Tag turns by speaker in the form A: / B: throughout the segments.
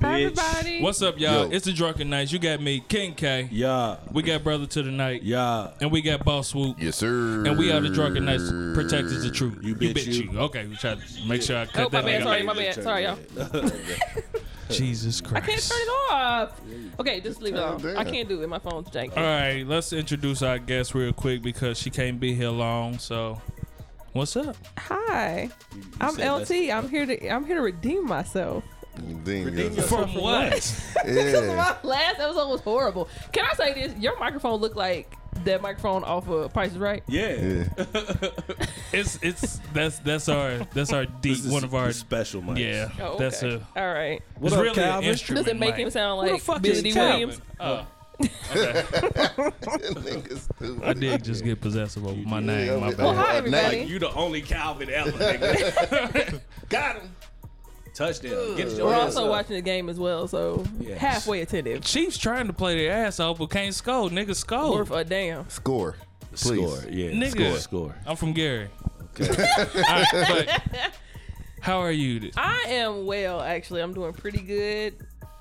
A: bitch.
B: everybody.
C: What's up, y'all?
A: Yo.
C: It's the Drunken Knights. You got me, King K.
A: Yeah,
C: We got Brother to the Night.
A: yeah.
C: And we got Boss Swoop.
D: Yes, sir.
C: And we are the Drunken Knights protectors of truth.
A: You
C: bitch,
A: bitch
C: you.
A: you.
C: Okay, we try to make sure I cut
B: Oh, my
C: that
B: bad.
C: nigga
B: Sorry,
C: out.
B: my bad. Sorry, y'all.
C: Jesus Christ.
B: Can't turn it off. Okay, just leave it off. I can't do it. My phone's janky.
A: Uh,
C: All right, let's introduce our guest real quick because she can't be here long. So, what's up?
E: Hi, I'm
A: said
E: LT. I'm here to I'm here to redeem myself.
D: Redeem
A: yourself.
C: From what?
D: yeah.
B: Last episode was horrible. Can I say this? Your microphone looked like that microphone off of Price is Right.
A: Yeah.
D: yeah.
C: it's it's that's that's our that's our deep
A: This is
C: one of our
A: the special mics.
C: yeah.
B: Oh, okay.
C: That's a
B: All right.
A: What
C: it's
A: up,
C: really
A: Calvin?
C: an instrument.
B: Does it make
C: mic.
B: him sound
E: the
B: like
E: fuck
B: Billy
E: is
B: D.
E: Calvin?
B: Williams?
C: Oh,
D: Nigga stupid.
C: I did just get possessive over my name. My
D: Yeah,
C: bad.
E: hi,
D: up
E: everybody.
D: next.
A: You the only Calvin ever. nigga.
D: Got him.
A: Touchdown. Get your
B: We're
A: ass
B: also
A: up.
B: watching the game as well, so
A: Yes.
B: halfway attentive.
C: Chiefs trying to play their ass off but can't score. Nigga, score.
B: Worth a damn.
D: Score. Please.
A: Score. Yeah.
C: Nigga.
A: Score. Score.
C: I'm from Gary. All right, but how are you?
B: I am well, actually. I'm doing pretty good.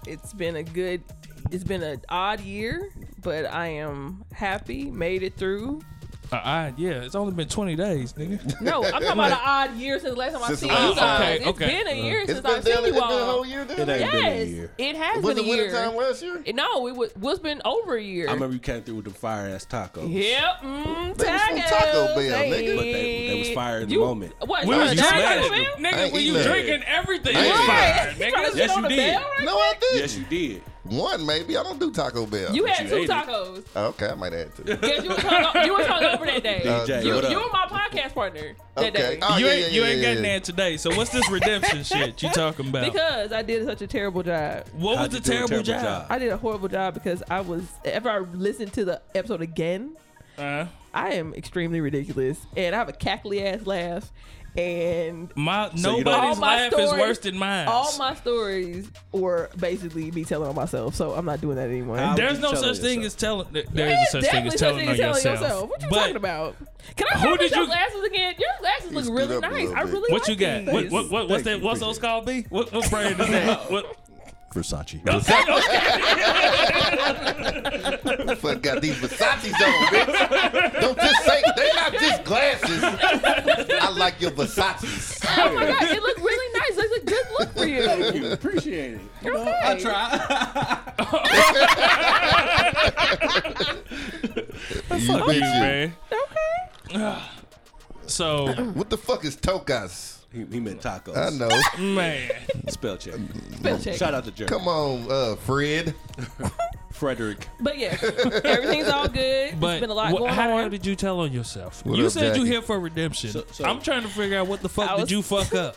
B: It's been a good, it's been an odd year, but I am happy. Made it through.
C: Uh, I, yeah, it's only been 20 days, nigga.
B: No, I'm talking about an odd year since the last time I
D: Since
B: seen you
D: the last
B: guys.
C: time.
B: It's
C: Okay, okay.
B: been a year
D: It's
B: since
D: been
B: I've seen
D: down it's been
B: you
D: a
B: all.
D: whole year
A: It
D: down.
A: ain't been a
B: Yes,
A: year.
B: it has
D: Was
B: been
D: it
B: a year.
D: wintertime last year?
B: It- No, it was. What's been over a year?
A: I remember you came through with them fire ass tacos.
B: Yep, mm,
D: They was from
B: tacos,
D: Taco Bell,
B: they-
D: nigga.
A: But they, they was fire in the
B: You-
A: moment.
B: What?
C: We
B: you
C: was
B: a
C: drinking,
B: Taco
A: smashed
B: Bell?
A: them.
C: nigga.
D: I ain't
C: when you
D: eating that.
C: drinking everything,
D: I ain't
C: was fire,
B: You trying
C: nigga.
B: to sit
A: Yes,
B: on
A: you
B: the
A: did.
B: bell right
D: No, I didn't.
A: Yes, you did.
D: One maybe. I don't do Taco Bell.
B: You had
A: you
B: two
A: ate it.
B: tacos.
D: okay, I might add to.
B: Guess you was hung, you was hung over that day.
A: DJ,
B: you,
A: what up?
B: you were my podcast partner that
D: Okay.
B: day.
D: Oh,
C: you
D: yeah,
C: ain't,
D: yeah,
C: you
D: yeah,
C: ain't
D: yeah,
C: gotten
D: yeah.
C: that today. So what's this redemption shit you talking about?
B: Because I did such a terrible job.
C: what was
A: How'd
C: the
A: you do a
C: terrible,
A: terrible
C: job?
B: I did a horrible job because I was. Ever I listened to the episode again,
C: Uh,
B: I am extremely ridiculous, and I have a cackly ass laugh, and
C: my
A: you don't-
B: all
C: nobody's
B: my
C: laugh
B: stories,
C: is worse than mine.
B: All my stories were basically me telling on myself, so I'm not doing that anymore.
A: How-
C: There's
A: you
C: no
A: telling
C: such thing as telling.
A: yourself?
C: there- There is a such thing as
B: Definitely
C: telling
B: something
C: on
B: you're
C: yourself.
B: telling yourself. What you
C: But
B: talking about? Can I
C: Who
B: talk
C: did
B: about your
C: you-
B: glasses again? Your glasses
D: You
B: look
D: screwed
B: really
D: up a
B: nice.
D: little
B: I
D: bit.
B: really
C: What
B: like
C: you got?
B: these.
C: What, what, what, what's that?
A: Thank you,
C: What's
A: appreciate
C: those
A: it.
C: called be? What, what brand is that? What,
A: Versace.
D: Fuck, got these Versace's on, bitch. Don't just say they not just glasses. I like your Versace's.
B: Oh my god, it looked really nice. It's a good look for you.
A: you. Appreciate it. You know,
B: Okay.
A: I try.
D: You
C: Fuck you, man. Okay. So,
D: What the fuck is Tokas?
A: He, he meant tacos.
D: I know.
C: man,
A: Spell check.
B: Spell check.
A: Shout out to Jerry.
D: Come on, uh, Fred.
A: Frederick.
B: But yeah, everything's all good.
C: but
B: There's been a lot
C: what-
B: going
C: how the hell
B: on.
C: did you tell on yourself?
D: What
C: you
D: up,
C: said you
D: Jackie?
C: here for redemption.
A: So- so-
C: I'm trying to figure out what the fuck
B: I
C: did
B: was-
C: you fuck up,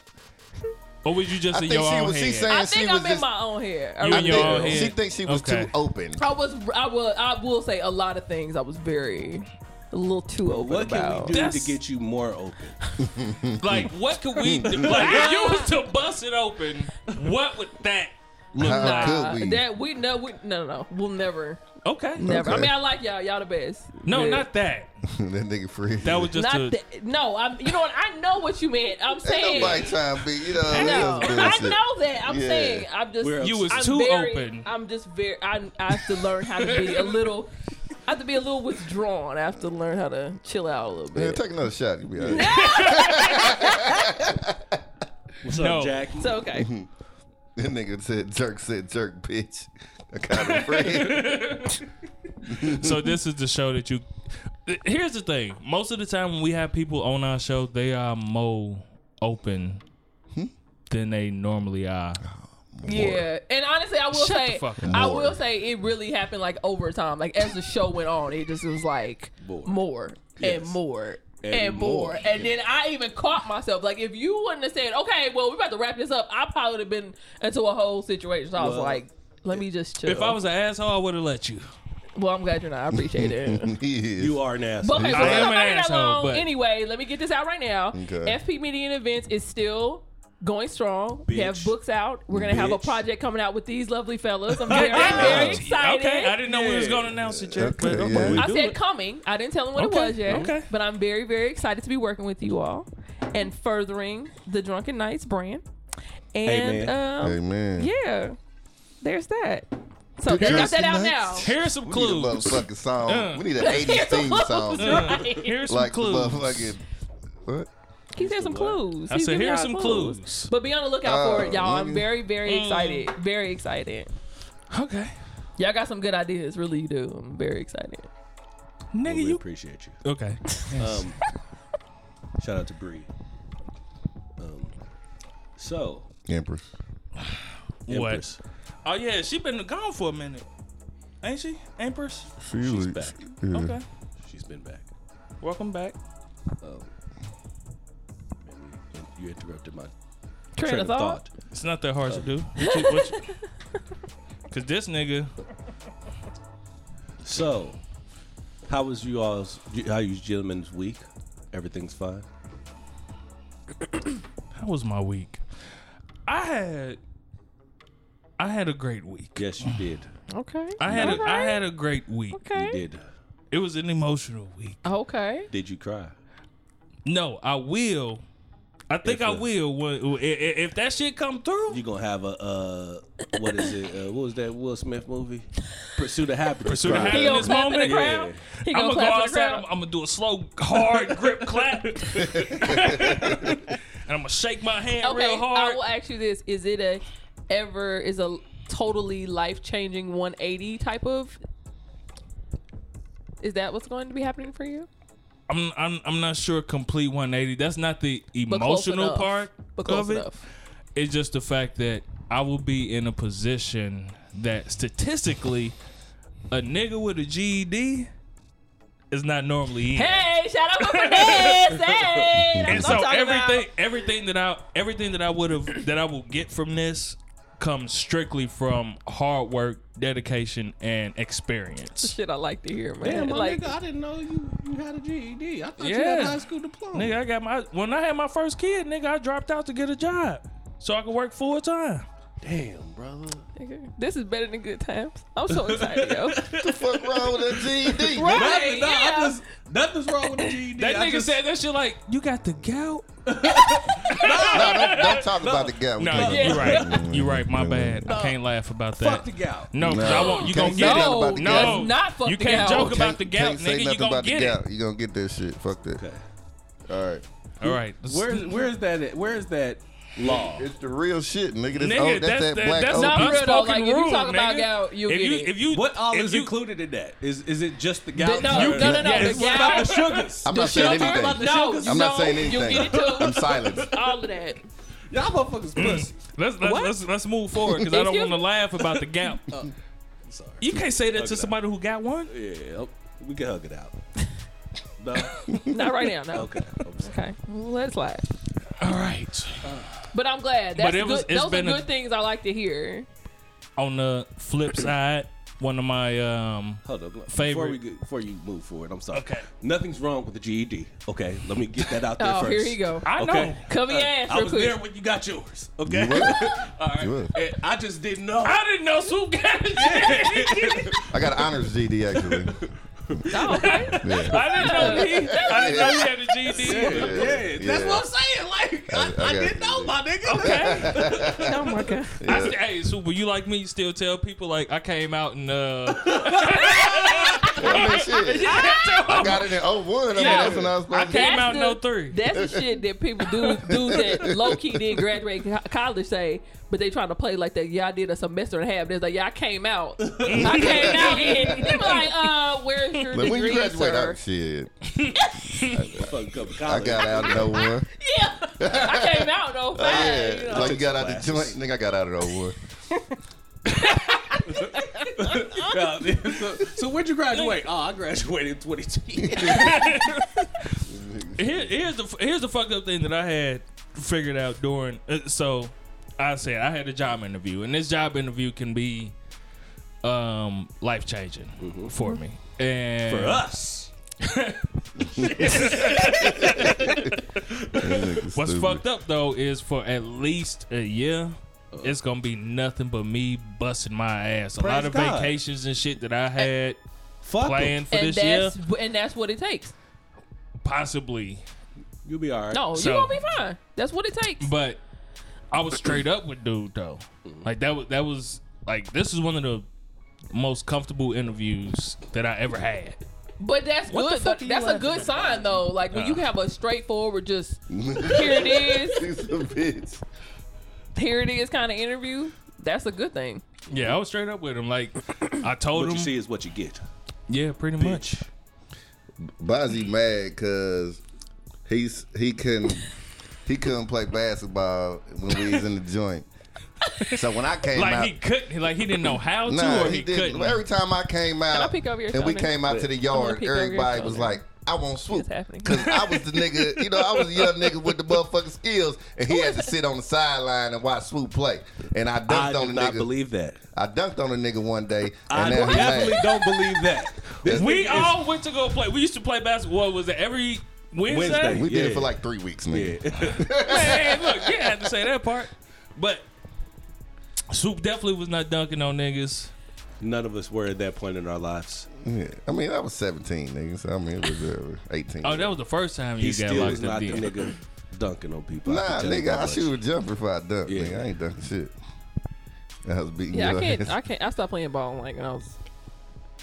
C: or was you just
D: I
C: in
D: think
C: your
D: she
C: own
D: was.
C: head?
D: She saying
B: I
D: she
B: think
D: was
B: I'm in
D: just.
B: my own hair. I
C: You
D: I
C: in your
B: really-
C: own
D: think-
C: head.
D: She thinks she was
C: Okay.
D: too open.
B: I was. I will. I will say a lot of things. I was very a little too open
A: What
B: about.
A: can we do
C: That's-
A: to get you more open?
C: Like, what could we do? Like, if you was to bust it open, what would that look
D: How
C: like?
D: could we?
B: That we know. We, no, no, no. We'll never,
C: Okay.
B: never. I
D: Okay.
B: mean, I like y'all. Y'all the best.
C: No,
B: But
C: not that.
D: that nigga Fred.
C: That was just
B: not.
C: a.
B: that- no, I'm. You know what? I know what you meant. I'm
D: Ain't
B: saying.
D: nobody trying to be, you know.
B: I know.
D: it was
B: I
D: bullshit.
B: know that. I'm
D: Yeah.
B: saying. I'm just.
A: We're
C: You was
B: I'm
C: too
B: very-
C: open.
B: I'm just very. I, I have to learn how to be a little. I have to be a little withdrawn. I have to learn how to chill out a little
D: Yeah,
B: bit.
D: take another shot. You be all right.
A: What's
C: No.
A: up, Jackie?
B: It's okay.
A: Mm-hmm.
D: That nigga said jerk said jerk bitch. I kind of Fred.
C: so this is the show that you. Here's the thing. Most of the time when we have people on our show, they are more open
D: Hmm?
C: than they normally are.
B: Yeah, and honestly, I will
C: Shut the
B: say,
C: fuck up.
B: I
D: More.
B: will say, it really happened like over time. Like as the show went on, it just was like more,
A: More.
B: and
A: Yes.
B: more. And,
A: And
B: more.
A: more.
B: And then I even caught myself. Like, if you wouldn't have said, okay, well, we're about to wrap this up, I probably would have been into a whole situation. So I was
A: Well,
B: like, let me just chill.
C: If I was an asshole, I would have let you.
B: well, I'm glad you're not. I appreciate it.
D: He is.
A: You are an asshole.
B: But okay, so
C: I
B: we're
C: am
B: not
C: an
B: making that
C: asshole,
B: long.
C: but-
B: Anyway, let me get this out right now.
D: Okay.
B: FP Media and Events is still going strong. We have
A: Bitch.
B: books out. We're gonna have a
A: Bitch.
B: project coming out with these lovely fellas. I'm very, very excited.
C: Okay, I didn't know we was
A: Yeah.
C: going to announce it yet. but
D: Okay,
C: okay.
D: yeah.
C: we
B: I
C: do
B: said
C: it.
B: coming. I didn't tell them what
C: Okay,
B: it was yet.
C: okay.
B: But I'm very, very excited to be working with you all and furthering the Drunken Knights brand. And
A: Amen.
B: um,
D: Amen.
B: yeah. there's that. So they got that out now.
C: Here's some
D: We need a
C: clues.
D: motherfucking song.
C: Yeah.
D: We need an 80s theme song.
C: Yeah. Here's
D: Like the
C: some clues.
D: motherfucking. What?
B: He said some clues.
C: I
B: He's
C: said,
B: giving
C: here's
B: y'all
C: some clues.
B: But be on the lookout for
D: Oh,
B: it, y'all. I'm
D: nigga.
B: very, very
C: Mm.
B: excited. Very excited.
C: Okay.
B: Y'all got some good ideas. Really, you do. I'm very excited.
A: Well,
C: Nigga,
A: we
C: you.
A: appreciate you.
C: Okay.
A: Um, shout out to Bree. Um, so
D: Empress.
C: What?
A: Empress,
C: Oh, yeah, she been gone for a minute. Ain't she? Empress?
A: She's back.
D: Yeah.
C: Okay.
A: She's been back.
C: Welcome back.
A: Um, and we- you interrupted my
B: Train, of thought.
C: It's not that hard to do. What you- what you- Cause this nigga,
A: So, how was you all's? How you gentlemen's week? Everything's fine.
C: how was my week? I had, I had a great week.
A: Yes, you did.
B: Okay.
C: I had, a, I had a great week.
A: You
B: Okay.
A: did.
C: It was an emotional week.
B: Okay.
A: Did you cry?
C: No, I will. I think
A: If,
C: I
A: uh,
C: will. when- i- i- If that shit come through,
A: You gonna have a uh, what is it? Uh, what was that Will Smith movie? Pursuit of Happiness.
C: Pursuit of
A: Cry.
C: Happiness.
B: He
C: In
B: gonna
C: this
B: clap in
C: moment,
B: the crowd. He
C: I'm gonna go
B: gonna clap in the
C: outside. I'm,
B: crowd.
C: I'm gonna do a slow, hard grip clap, and I'm gonna shake my hand
B: Okay.
C: real hard.
B: I will ask you this: Is it a ever is a totally life changing 180 type of? Is that what's going to be happening for you?
C: I'm, I'm, I'm not sure. Complete 180. That's not the
B: But close
C: emotional
B: enough.
C: part
B: But close
C: of it.
B: enough.
C: It's just the fact that I will be in a position that statistically, a nigga with a GED is not normally in.
B: Hey, shout out my friends. Hey,
C: and
B: that's
C: so
B: what I'm talking
C: everything
B: about.
C: everything that I everything that I would have that I will get from this comes strictly from hard work, dedication, and experience.
B: Shit, I like to hear, man.
A: Damn, my
B: like,
A: nigga, I didn't know you, you had a GED. I thought you had
C: Yeah.
A: a high school diploma.
C: Nigga, I got my when I had my first kid, nigga, I dropped out to get a job so I could work full time.
A: Damn, brother.
B: nigga, this is better than good times. I'm so excited, yo.
D: What the fuck wrong with that GED?
B: Right.
A: Nothing, no, I
B: yeah.
A: just- nothing's wrong with the GED.
C: That
A: I
C: nigga
A: just-
C: said that shit like, you got the gout.
D: No, don't, don't talk about the guy. We
C: No,
D: can't-
B: yeah.
C: you're right. You're right. My bad. I can't laugh about that.
A: "Fuck the gal."
C: No, 'cause
D: No,
C: I won't.
D: you
C: You
D: can't
C: gonna
D: say
C: get
D: that
C: it.
D: about the gout.
C: No,
B: Let's not fuck
C: you
B: the
C: can't
B: gout.
C: joke about the gout,
D: Can't say
C: nigga. You
D: nothing
C: gonna
D: about
C: get
D: the
C: it.
D: gout. You gonna get that shit. Fuck that.
A: Okay.
D: All right.
C: All right. let's-
A: Where is where is that? at? Where is that law?
D: It's the real shit, nigga. That's,
C: Nigga,
D: old, that's,
C: that's
D: that
C: that-
D: black
C: that's
D: old
B: not
D: people.
B: real
C: unspoken
B: though. Like, if you
C: rule,
B: talk about
C: nigga.
B: gout, you'll
C: if
B: get
C: you,
B: it.
C: If you,
A: What all
C: if
A: is
C: you,
A: included in that? Is is it just the
B: no,
A: gal?
B: no, no, no,
C: yes,
B: the
A: What about
B: gout.
A: the sugars?
D: I'm not saying
B: Y'all talking
D: anything.
B: about the
D: I'm not
B: no,
D: saying
B: You
D: anything.
B: get it too.
D: I'm silent.
B: all of that.
A: Y'all motherfuckers pussy.
C: Let's let's,
B: What?
C: let's let's move forward because I don't
B: Excuse
C: want to
B: me?
C: laugh about the gout.
A: Sorry.
C: You can't say that to
A: that.
C: somebody who got one.
A: Yeah, oh, we can hug it out. No.
B: Not right now, no.
A: Okay. I'm sorry.
B: Okay, Well, let's slide.
C: All right.
B: But I'm glad. That's
C: But it was-
B: good.
C: it's
B: Those are
C: been a-
B: good things I like to hear.
C: On the flip side, one of my um.
A: Hold up. look, Before,
C: Favorite.
A: we get, before you move forward, I'm sorry.
C: Okay.
A: Nothing's wrong with the GED. Okay. Let me get that out there
B: Oh,
A: first.
B: here you go.
C: I know.
A: Okay.
B: Cover your ass
A: I
B: real
A: was
B: quick.
A: there when you got yours. Okay.
D: You were.
A: All right.
D: You were.
A: And I just didn't know.
C: I didn't know Sue got it.
D: I got an honors GD actually.
B: Oh, okay.
D: Yeah.
C: I didn't know he. I didn't know he had a GD.
A: Yeah,
D: Yeah,
A: that's
D: yeah.
A: what I'm saying. Like, I,
D: I
A: I,
D: got
A: didn't
D: you.
A: know, my nigga.
C: Okay.
E: Oh my god.
C: I said, hey, Super, you like me? You still tell people like I came out and uh.
D: I mean, shit. I got it in 01. I mean,
C: Yeah.
D: that's when I was
C: I
D: like,
C: came
B: That's
C: out in
B: the-
C: 03.
B: That's the shit that people do. Dudes that low key didn't graduate co- college say, but they trying to play like that. Y'all did a semester and a half. They're like, yeah, I came out. I came out. And they be like, uh, where's your
D: Like,
B: degree,
D: when you graduate,
B: sir?
D: I, shit,
A: Fucking cup of
D: I
A: coffee.
D: got out in 01.
B: Yeah, I came out though. Fine. you
D: Oh, Yeah,
B: know.
D: like you got out the joint. Nigga, I got out oh of 01.
A: Yeah, so, so where'd you graduate? Oh, I graduated in 2010.
C: Here, here's the here's the fucked up thing that I had figured out during. Uh, so, I said I had a job interview, and this job interview can be um life changing for me and
A: Mm-hmm. For us.
C: What's fucked up though is for at least a year,
A: Uh-huh.
C: it's gonna be nothing but me busting my ass. A lot
A: Praise
C: of
A: God.
C: vacations and shit that I had
A: Fuck 'em.
C: planned for
B: and
C: this year,
B: that's and that's what it takes.
C: possibly.
A: You'll be all right.
B: No,
C: So-
B: you gonna be fine. That's what it takes.
C: But I was straight up with dude though. Like that was that was like this is one of the most comfortable interviews that I ever had.
B: But that's
E: What the
B: good.
E: fuck
B: though.
E: are you
B: That's a
E: laughing Uh.
B: good sign though. Like when you
C: Nah.
B: have a straightforward, just here it is,
D: She's a bitch.
B: here it is kind of interview. That's a good thing.
C: Yeah, I was straight up with him. Like I told
A: What
C: him.
A: you see is what you get.
C: yeah, pretty much.
D: Bozzy mad because he's he couldn't he couldn't play basketball when we was in the joint. So when I came
C: Like
D: out,
C: he couldn't. Like he didn't know how to,
D: nah,
C: or
D: he,
C: he,
D: didn't.
C: couldn't.
D: Every time I came out,
B: I peek over your
D: and we
B: shoulder?
D: came out to the
B: I'm gonna
D: yard,
B: peek over your
D: everybody was
B: shoulder.
D: like, "I want swoop,"
B: It's happening.
D: because I was the nigga. You know, I was a young nigga with the motherfucking skills, and he had to sit on the sideline and watch swoop play. And I dunked
A: I
D: on
A: do
D: the
A: not
D: nigga.
A: believe that.
D: I dunked on a nigga one day,
A: I
D: and that's
A: definitely
D: mad.
A: don't believe that. This
C: we
A: nigga is-
C: all went to go play. We used to play basketball. What was it every Wednesday?
A: Wednesday.
D: We did it
A: Yeah.
D: for like three weeks, nigga.
A: Yeah.
C: Man, look, you had to say that part. But Swoop definitely was not dunking on niggas.
A: None of us were at that point in our lives.
D: Yeah. I mean, I was 17, nigga. So, I mean, it was uh, 18.
C: Oh, that was the first time you
A: He
C: got
A: still
C: locked
A: is not
C: up.
A: the
C: then.
A: nigga dunking on people. I can
D: Nah,
A: tell you
D: nigga,
A: that
D: I
A: much.
D: shoot a jumper before I dunk,
A: Yeah.
D: nigga. I ain't dunking shit. I was beating
B: Yeah,
D: your
B: I can't.
D: ass
B: I can't. I stopped playing ball like when I was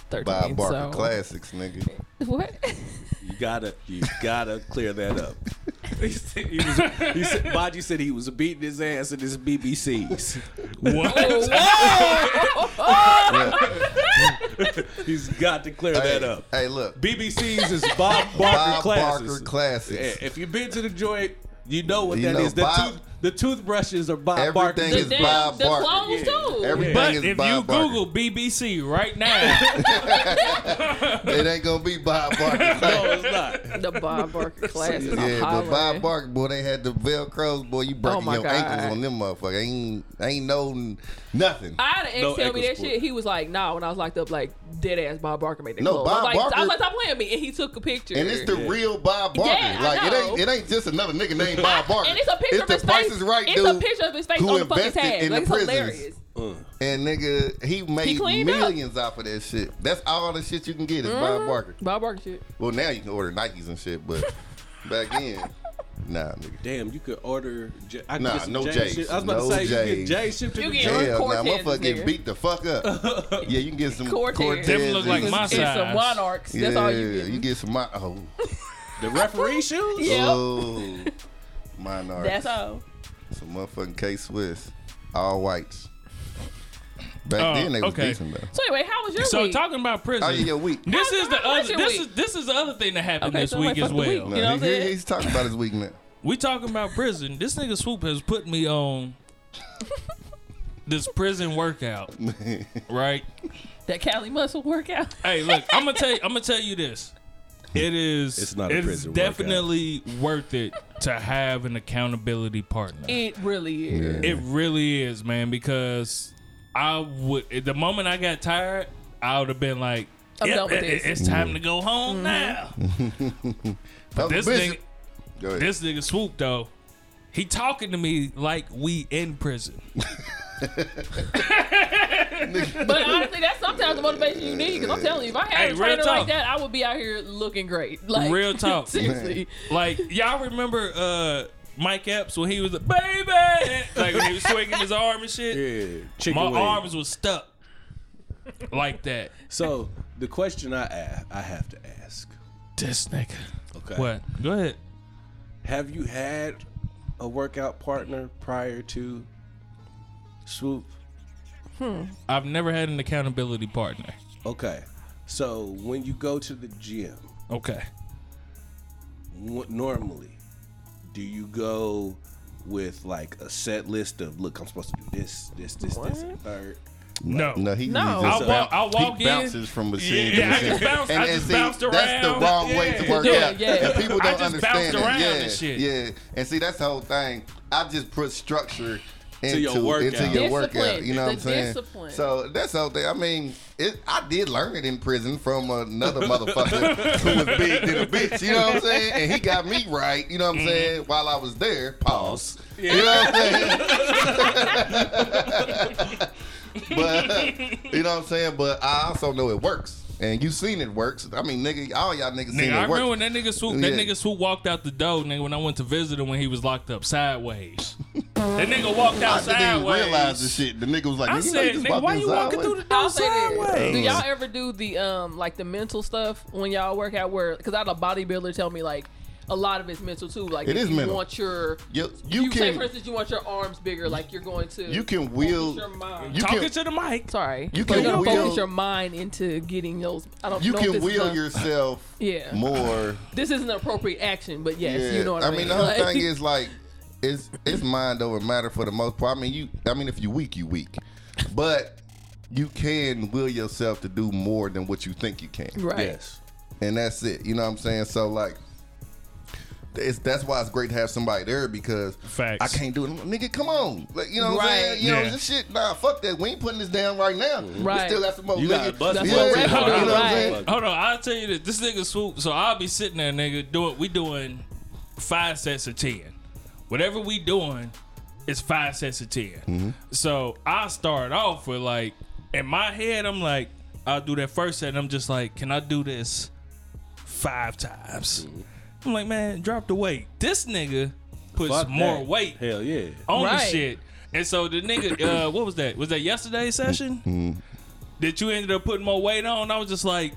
D: by
B: thirteen.
D: Barker
B: so
D: Classics, nigga.
B: what?
A: You gotta, you gotta clear that up. he said, he was, he said, Baji said he was beating his ass in his BBCs.
C: What?
A: He's got to clear that
D: hey,
A: up.
D: Hey, look.
A: BBCs is Bob Barker
D: Bob
A: classes.
D: Barker Classics.
A: Yeah, If you've been to the joint, you know what
D: You
A: that is.
D: know,
A: The,
D: Bob-
A: tooth, the toothbrushes are Bob
D: Everything
A: Barker.
B: the
D: is
A: toothbrushes.
B: damn,
D: Bob
B: the
D: Barker.
B: clones too.
D: Everything
C: But
D: is
C: if you
D: Bob Barker.
C: Google BBC right now,
D: it ain't gonna be Bob Barker
A: No,
D: Classics.
A: it's not.
B: The Bob Barker class.
D: Yeah, but Bob Barker, boy, they had the Velcros, boy. You broke
B: Oh my
D: your
B: God.
D: ankles on them motherfucker. Ain't ain't no nothing.
B: I had an ex
A: No
B: tell me
A: ankle
B: that
A: support.
B: shit. He was like, "Nah," when I was locked up, like dead ass Bob Barker made that.
D: No,
B: clothes. I
D: Bob
B: was like, I
D: Barker-
B: was like, "Stop playing me," and he took a picture.
D: And it's the real Bob Barker.
B: Yeah, I
D: like it ain't
B: know.
D: it ain't just another nigga named Bob Barker.
B: And it's a picture of
D: the
B: his
D: Price
B: face.
D: is Right
B: it's
D: dude.
B: a picture of his face
D: who
B: on the fucking
D: invested
B: tag.
D: in
B: Like
D: the
B: it's
D: prisons.
B: hilarious.
A: Uh,
D: And nigga, he made
B: cleaned up. Mm-hmm.
D: millions off of that shit. That's all the shit you can get is Bob Barker.
B: Bob Barker shit.
D: Well, now you can order Nikes and shit, but back then, nah, nigga.
A: Damn, you could order. J- I could
D: Nah,
A: get some
D: no
A: J's
D: J's.
A: shipped. I was about
D: No
A: to say you
D: J's.
A: could get J shipped to
B: You
A: the
B: get-
A: joint.
D: Hell, nah,
B: Cortez,
D: motherfucker get
B: nigga.
D: beat the fuck up. yeah, you can get some
B: Cortez.
D: Cortez.
C: Them look like my
B: It's
C: size.
B: some monarchs. That's all you
D: Yeah,
B: get.
D: You get some mon- oh,
A: The referee shoes.
B: Yeah.
D: oh, monarch.
B: That's all.
D: Some motherfucking K Swiss, all whites. Back
C: Oh,
D: then they was
C: okay.
D: decent though.
B: So anyway, how was your
C: so
B: week?
C: talking about prison.
D: Oh yeah, weak.
C: This is the
B: How was
C: other.
B: your
C: This
B: week?
C: is this is the other thing that happened
B: Okay,
C: this
B: so
C: week
B: like,
C: as
B: fuck the
C: well.
B: week. You know what I'm
D: he- he-
B: saying?
D: he's talking about his weakness.
C: We talking about prison. This nigga Swoop has put me on this prison workout, right?
B: that Cali muscle workout.
C: Hey, look, I'm gonna tell you, I'm gonna tell you this. It is.
A: It's not a
C: it is
A: prison workout.
C: definitely worth it to have an accountability partner.
B: It really is.
C: It really is, man, because I would the moment I got tired, I would have been like,
B: I'm
C: "Yep,
B: done
C: it-
B: with
C: it-
B: this." Mm-hmm.
C: it's time to go home now.
D: But
C: This nigga,
D: Go ahead.
C: this nigga swoop though, he talking to me like we in prison.
B: But honestly, that's sometimes the motivation you need. Because I'm telling you, if I had
C: Hey,
B: a
C: real
B: trainer
C: talk.
B: like that, I would be out here looking great. Like
C: Real talk.
B: seriously.
C: Like y'all remember uh Mike Epps when he was a baby, like when he was swinging his arm and shit.
A: Yeah, chicken
C: My
A: wing.
C: arms was stuck like that.
A: So the question I a- I have to ask.
C: This nigga.
A: Okay.
C: What? Go ahead.
A: Have you had a workout partner prior to swoop?
C: I've never had an accountability partner.
A: Okay. So when you go to the gym,
C: Okay.
A: what normally do you go with like a set list of look, I'm supposed to do this, this, this, this, and third.
C: No.
D: No, he
B: No.
D: usually
C: I
D: just
C: walk- I
D: bounce-
C: walk
D: he
C: in.
D: bounces from machine
C: Yeah,
D: to
C: I
D: machine.
C: just bounced- I just bounced
D: That's the
C: around.
D: wrong way to
C: Yeah.
D: work
B: Yeah,
D: out.
B: yeah.
D: And people don't
C: I just bounced
D: understand it.
C: around
D: yeah,
C: and shit.
D: yeah. And see, that's the whole thing. I just put structure into
A: your
D: into
A: workout.
D: your
B: Discipline.
D: workout. You know what I'm
B: The
D: saying?
B: discipline.
D: So that's the whole thing. I mean, it, I did learn it in prison from another motherfucker who was big than a bitch. You know what I'm saying? And he got me right. You know
C: Mm-hmm.
D: what I'm saying? While I was there, pause. You know what I'm saying? but you know what I'm saying. But I also know it works, and you seen it works. I mean, nigga, all y'all niggas seen
C: Nigga, I
D: it
C: remember
D: work.
C: when that nigga swoop that
D: Yeah.
C: nigga swoop walked out the door, nigga, when I went to visit him when he was locked up sideways. That nigga walked out
D: I didn't even
C: sideways.
D: realize the shit. The nigga was like,
C: I
D: nigga, you know you
C: said,
D: just
C: nigga,
D: walked
C: why
D: in
C: you walking through
D: sideways?"
C: the door
B: I'll say this.
C: sideways?
B: Do y'all ever do the um like the mental stuff when y'all work out? Where because I had a bodybuilder tell me like a lot of it's mental too. Like
D: It
B: if
D: is
B: you
D: mental.
B: Want your
D: You,
B: you,
D: you,
B: say for
D: can
B: instance you want your arms bigger, like you're going to
D: you can
B: focus
D: wield
B: your mind.
D: you
C: Talking
D: can-
C: to the mic.
B: Sorry,
D: you
B: you
D: can
B: can gonna
D: wield-
B: focus your mind into getting those. I don't.
D: you
B: know if
D: can
B: this is
D: will
B: a-
D: yourself
B: Yeah.
D: more.
B: This isn't an appropriate action, but yes,
D: yeah.
B: you know what I mean.
D: the whole
B: Like-
D: thing is like it's it's mind over matter for the most part. I mean you I mean if you weak, you weak. But you can will yourself to do more than what you think you can.
B: right.
A: Yes.
D: and that's it. You know what I'm saying? So like, it's, that's why it's great to have somebody there because
C: Facts.
D: I can't do it, nigga. Come on, like, you know what I'm
B: Right.
D: saying? You know
C: Yeah.
D: this shit. Nah, fuck that. We ain't putting this down right now. We
B: Right.
D: still got some more.
A: You gotta
D: nigga.
A: bust
B: That's
A: it.
B: what
A: Bust it.
B: rap do,
A: Hold on,
D: you know what I'm
B: right.
D: saying?
C: Hold on, I'll tell you this. This nigga swoop. So I'll be sitting there, nigga. Doing we doing five sets of ten. Whatever we doing, it's five sets of 10
A: Mm-hmm.
C: So I start off with like in my head, I'm like, I'll do that first set. And I'm just like, can I do this five times?
A: Mm-hmm.
C: I'm like, man, drop the weight. This nigga puts
A: Fuck
C: more
A: that.
C: weight Oh,
A: Hell yeah.
C: on the
B: Right.
C: shit. And so the nigga, uh, what was that? Was that yesterday's
A: Mm-hmm.
C: session? that you ended up putting more weight on? I was just like,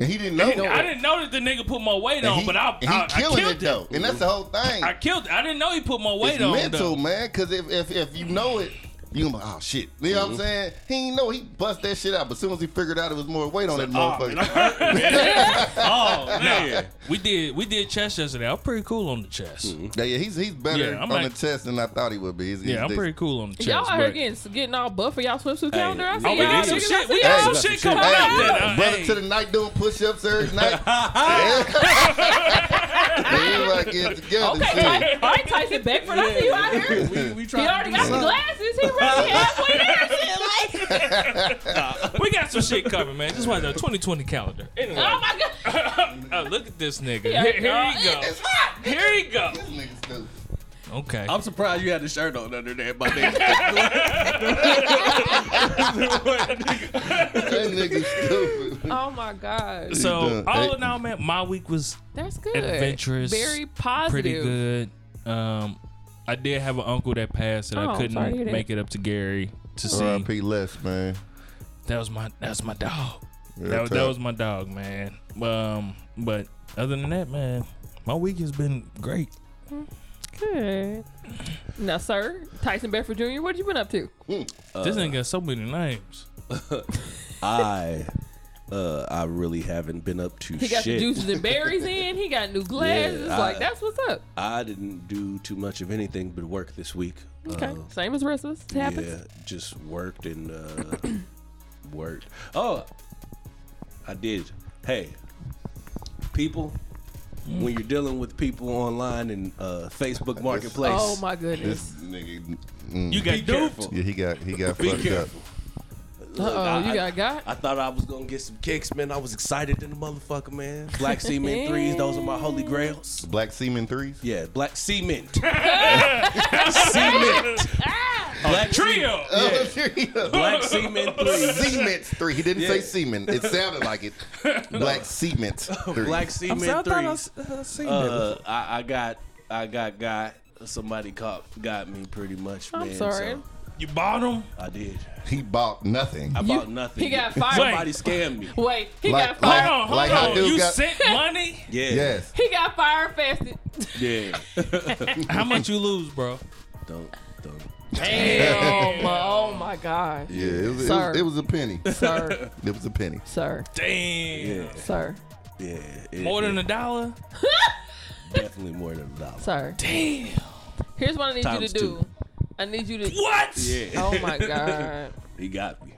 D: And he didn't know.
C: I didn't know that the nigga put more weight
D: And
C: on,
D: he,
C: but I,
D: and he
C: I, I
D: killing
C: killed
D: it though, and that's the whole thing.
C: I killed. I didn't know he put more weight
D: it's
C: on.
D: mental,
C: though.
D: man. Because if, if if you know it, you gonna be like, oh shit. You know what I'm saying? He ain't know he bust that shit out, but as soon as he figured out it was more weight on that motherfucker.
C: Oh man, we did we did chest yesterday. I'm pretty cool on the chest.
D: yeah, yeah, he's he's better
C: Yeah,
D: on
C: I'm
D: the
C: like-
D: test than I thought he would be. He's, he's
C: Yeah, I'm
D: decent.
C: pretty cool on the chest.
B: Y'all out here
C: but-
B: getting getting all buff for y'all swimsuit calendar. I see
C: Oh,
B: y'all.
C: we got some
B: niggas.
C: shit.
B: I
C: We
B: see
C: got
B: y'all.
C: some
A: Hey.
C: shit coming
D: Hey,
C: out that I-
D: brother
C: hey.
D: to the night doing push-ups every night. yeah. Everybody get together.
B: Okay,
D: shit.
B: Ty- all right, Tyson Beckford, I see you out here.
A: We, we
B: He already got the glasses. He ready halfway there. Shit, like,
C: we got some shit covered, man. Just watch the 2020 calendar. Anyway,
B: oh my god,
C: uh, look at this nigga.
B: Yeah,
C: Here, here he
B: y'all,
C: go.
D: It's hot.
C: Here he go.
D: This nigga stupid.
C: Okay.
A: I'm surprised you had the shirt on under there, my nigga.
D: That nigga stupid.
B: oh my god,
C: So
D: done.
C: all
D: Hey.
C: in all, man, my week was
B: that's good.
C: Adventurous.
B: very positive.
C: pretty good. Um, I did have an uncle that passed, and I
B: Oh,
C: couldn't
B: sorry to hear that.
C: make it up to Gary to see.
D: R.I.P. Les, man.
C: That was my that was my dog.
D: Real
C: that, was- that
D: talk.
C: was my dog, man. Um, but other than that, man, my week has been great.
B: Good. Now, sir, Tyson Beckford Jr., what you been up to?
C: this thing got so many names.
A: I, uh, I really haven't been up to
B: He got
A: shit.
B: the juices and berries in. He got new glasses.
A: Yeah, I-
B: like that's what's up.
A: I didn't do too much of anything but work this week.
B: Okay,
A: Uh,
B: same as the rest of us. It happens.
A: Yeah, just worked and uh, worked. Oh, I did. Hey, people, when you're dealing with people online and uh, Facebook Marketplace,
B: Oh my
D: This
B: goodness.
D: nigga.
C: You got
A: be
C: duped.
A: careful.
D: Yeah, he got he got
A: Be
D: fucked up.
A: careful. Look,
B: Uh oh,
A: I-
B: you got got.
A: I thought I was gonna get some kicks, man. I was excited in the motherfucker, man. Black cement threes, those are my holy grails.
D: Black Seaman threes.
A: Yeah, black cement. cement. Black
C: Trio.
D: Oh, yeah.
A: Black cement threes.
D: Cement three. He didn't say
A: Yeah.
D: semen. It sounded like it. Black cement three.
A: Black
C: I'm so- I
A: cement
C: thought I
A: threes.
C: s- I seen that.
A: Uh, I, I got, I got, got somebody caught, got me pretty much, man.
B: I'm sorry.
A: so
C: You bought him.
A: I did.
D: He bought nothing.
A: I
B: You-
A: bought nothing.
B: He got fired.
A: Somebody scammed me.
B: Wait, he
D: Like-
B: got fired.
C: Hold on, Oh, hold
D: Like how
C: on.
D: dude
C: You
D: got-
C: sent money.
A: Yeah.
D: Yes.
B: He got fired fasted.
A: Yeah.
C: How much you lose, bro?
A: don't, don't.
B: Damn. oh my gosh.
D: Yeah, it was, it
B: Sir.
D: was, it was a penny.
B: Sir,
D: It was a penny.
B: sir,
C: Damn.
A: Yeah.
B: sir,
A: Yeah. It-
C: More than a
A: it-
C: dollar.
A: Definitely more than a dollar.
B: sir.
C: Damn.
B: Here's what I need you
A: Times
B: to do.
A: two.
B: I need you to.
C: What?
A: Yeah.
B: Oh my god.
A: He got me.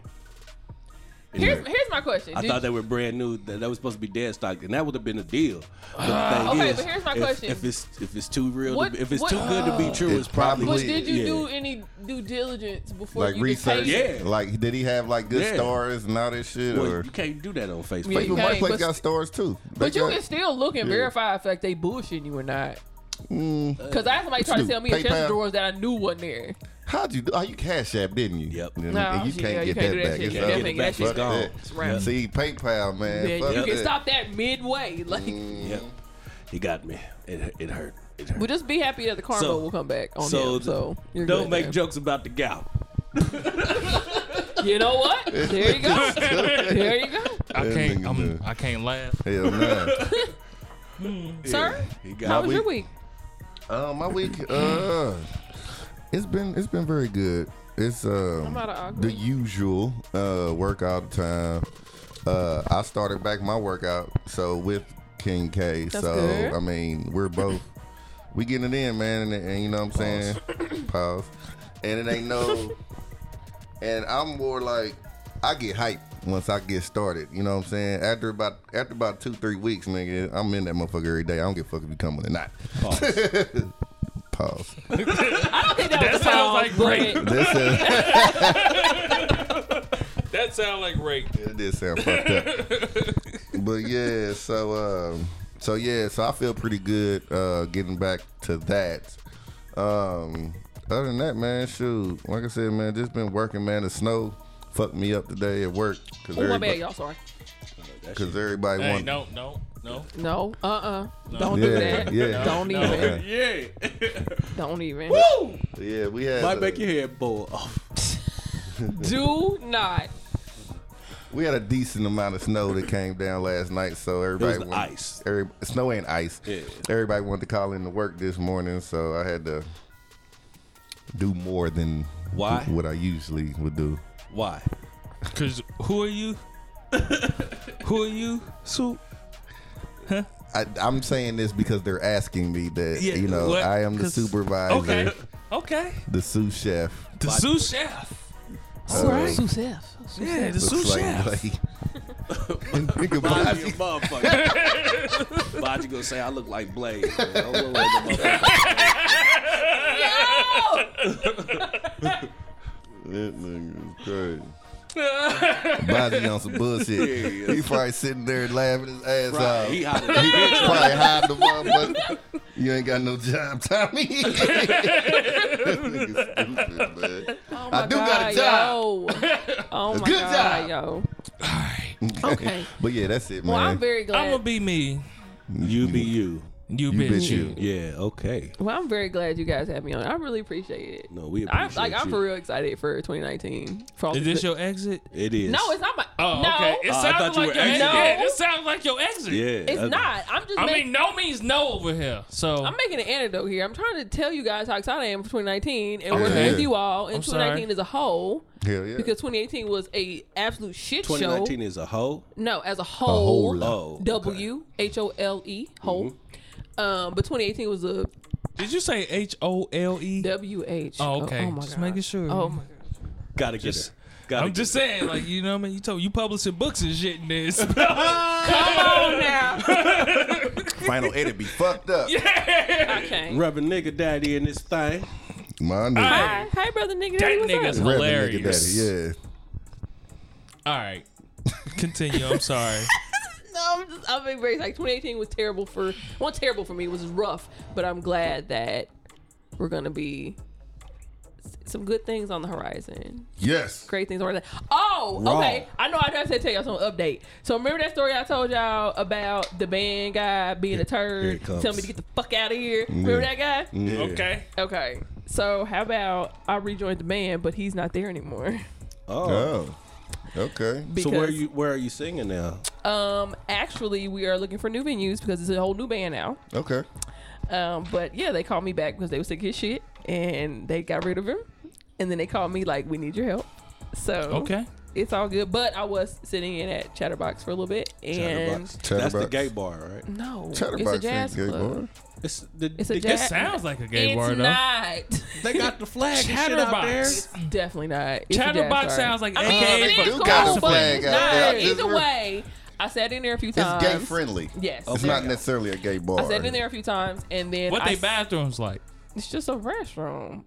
B: Here's
A: Anyway,
B: here's my question.
A: I
B: Did-
A: thought they were brand new. That, that was supposed to be dead stock, and that would have been a deal. But the thing
B: Uh, okay,
A: is,
B: but here's my
A: if,
B: question.
A: if it's if it's too real,
B: What-
A: to, if it's
B: what-
A: too good to be true,
D: It
A: it's probably.
B: but
D: probably-
B: did you
A: yeah.
B: do any due diligence before
D: Like
B: you
D: research.
B: decided-
A: Yeah.
D: Like, did he have like good
A: Yeah.
D: stars and all that shit?
A: Well,
D: or
A: you can't do that on Facebook.
B: Yeah,
D: Even
B: you can't,
D: Marketplace
B: but-
D: got stars too. They
B: But you
D: got-
B: can still look and
D: Yeah. Mm.
B: verify if like they bullshitting you or not. Because I had somebody try to
D: Snoop,
B: sell me a chest
D: PayPal.
B: of drawers that I knew wasn't there.
D: How'd you do? Oh, you cash app, didn't you?
A: Yep.
D: And,
B: No,
D: and you
B: yeah,
D: can't
B: you
D: get
B: can't
D: that
B: do that
D: back.
B: shit.
D: It's
B: You
D: out.
B: can't get it back.
A: It's
D: Fuck
A: gone.
D: that.
A: It's
B: wrapped.
D: See, PayPal, man.
B: Yeah,
D: fuck
B: you can
D: that.
B: stop that midway. Like,
A: Yep. He got me. It it hurt.
B: Well, just be happy that the karma
A: So-
B: will come back on
A: so
B: him. So you're
A: don't
B: good
A: make
B: there.
A: jokes about the gout.
B: You know what? There you go. there you go,
C: I
D: That
C: can't.
D: nigga
C: I'm,
D: done.
C: I can't laugh.
D: Hell no.
B: sir.
A: He
B: How
A: got
B: was your week?
D: Uh, my week, uh, it's been it's been very good. It's
B: I'm out
D: um,
B: of
D: the
B: awkward.
D: usual uh, workout time. Uh, I started back my workout so with King K.
B: That's
D: so
B: good.
D: I mean, we're both we getting it in, man, and, and you know what I'm saying. Pause. And it ain't no. and I'm more like I get hyped once I get started. You know what I'm saying? After about after about two three weeks, nigga, I'm in that motherfucker every day. I don't give a fuck if you coming or not. Pause.
B: I don't think that, was
C: That sounds
B: sounds
C: like
B: like
C: rape.
D: This is,
C: That sound like rape.
D: it did sound fucked up. But yeah, so um, so yeah, so I feel pretty good uh, getting back to that. Um, other than that, man, shoot, like I said, man, just been working, man. The snow fucked me up today at work because
B: Oh my bad,
D: everybody,
B: y'all. Sorry.
D: cause everybody
C: Hey,
D: wanted.
C: no, no, no.
B: No. Uh. Uh-uh. uh. do not do
D: Yeah,
B: that.
D: yeah,
B: Don't
C: No.
B: even.
D: Yeah.
A: Yeah.
B: Don't even.
A: Woo!
D: yeah. We had
A: Might
D: a-
A: make your head boil Oh, off.
B: Do not.
D: we had a decent amount of snow that came down last night, so everybody
A: was the
D: wanted-
A: ice.
D: every- snow ain't ice.
A: Yeah.
D: Everybody wanted to call in to work this morning, so I had to do more than
A: Why?
D: what I usually would do.
A: Why?
C: Cause who are you? who are you? Soup.
D: I, I'm saying this because they're asking me that
C: Yeah,
D: you know
C: what?
D: I am the
C: 'Cause-
D: supervisor,
C: Okay. Okay.
D: the sous chef.
C: The sous chef.
B: All right. Success.
C: Yeah, the
D: Looks
C: sous
D: like-
C: chef.
D: like- and think about
A: Bobby a
D: it.
A: motherfucker. Bobby gonna say I look like Blade. Man. I don't look like the motherfucker.
D: That nigga is crazy. Body on some bullshit.
A: Yeah, yeah.
D: He probably sitting there laughing his ass
A: Right.
D: off.
A: He hot as a
D: He
A: bitch.
D: probably hide the motherfucker. You ain't got no job, Tommy. Nigga stupid, man.
B: Oh
D: I
B: my
D: do
B: God,
D: got a job.
B: Yo. Oh my
D: Good
B: God,
D: job.
B: yo. Okay.
D: But yeah, that's it, man.
B: Well, I'm very glad.
C: I'm gonna be me.
A: You be you.
C: You,
D: You
C: bitch,
D: bitch
C: you.
D: you.
A: Yeah. Okay.
B: well, I'm very glad you guys had me on. I really appreciate it.
A: No, we
B: I'm
A: appreciate
B: like I'm
A: you.
B: for real excited for 2019. For all
C: Is
B: the
C: this
B: good-
C: your exit?
A: It is.
B: No, it's not my.
C: Oh,
B: no,
C: okay. It
A: Oh, I
C: sounds
A: thought you
C: like
A: were
C: your exit.
A: exiting.
C: Yeah, this sounds like your exit.
A: Yeah. Uh,
B: it's
A: that's-
B: not. I'm just.
C: I
B: making,
C: mean, no means no over here. So
B: I'm making an antidote here. I'm trying to tell you guys how excited I am for 2019 and working
D: Okay.
B: with you all and
C: Oh, I'm sorry.
B: 2019 as a whole
D: Hell yeah.
B: because 2018 was a absolute shit
A: 2019 is a hoe.
B: show. No, as a
D: whole
B: whole.
D: lot.
A: Oh.
B: W H O L E whole. Um, but 2018 was a
C: did you say H O L E?
B: W H.
C: Oh, okay.
B: Oh, my
C: Just
B: god.
C: making sure.
B: Oh my god.
A: Gotta get
C: Just-
A: her. Gotta
C: I'm
A: get
C: just
A: her.
C: saying, like you know, what I mean, you told you publishing books and shit, and this.
B: Oh now.
D: Oh, Final edit be fucked up.
B: okay.
A: Rubber nigga daddy in this thing.
D: My nigga.
B: Hi, hi, brother nigga.
C: That
B: Daddy, what's
C: nigga's
B: up?
D: Rapping
C: Hilarious.
D: Nigga daddy, yeah.
C: All right, continue. I'm sorry.
B: No, I'm just, I'm embraced. Like 2018 was terrible for, well, terrible for me. It was rough, but I'm glad that we're gonna be s- some good things on the horizon.
D: Yes.
B: Great things on the horizon. Oh,
A: Raw.
B: okay. I know I have to tell y'all some update. So remember that story I told y'all about the band guy being a
A: here it
B: turd,
A: comes. Mm.
B: telling me to get the fuck out of here. Remember
D: Yeah.
B: that guy?
D: Yeah.
C: Okay.
B: Okay. So how about I rejoined the band, but he's not there anymore.
A: Oh.
D: Oh. Okay.
A: so where are
B: Because-
A: you where are you singing now?
B: Um, actually, we are looking for new venues because it's a whole new band now.
D: Okay.
B: Um, but yeah, they called me back because they was sick as shit and they got rid of him. And then they called me like, we need your help. So
C: Okay.
B: it's all good. But I was sitting in at Chatterbox for a little bit and
A: Chatterbox. That's the
D: Chatterbox.
A: gay bar, right?
B: no, it's a
D: Chatterbox
B: jazz
D: ain't gay,
B: club.
D: boy.
A: It's the,
B: It's a
A: the-
B: jazz-
C: That sounds like a gay
B: It's
C: bar, though.
B: not.
A: They got the flag and shit out there.
C: Chatterbox.
B: Definitely not. It's a jazz bar.
C: Chatterbox sounds like
B: I mean,
C: AKA
B: it
C: for
B: is
D: do
B: cool,
D: got
C: gossip.
D: a
B: but
D: flag
B: it's
D: out there.
B: not.
D: It's
B: Either
D: real-
B: way, I sat in there a few
D: It's
B: times.
D: gay friendly.
B: Um, Yes.
D: It's not necessarily a gay bar.
B: I sat in there a few times and then
C: What
B: I
C: they
B: s-
C: bathrooms like?
B: It's just a restroom.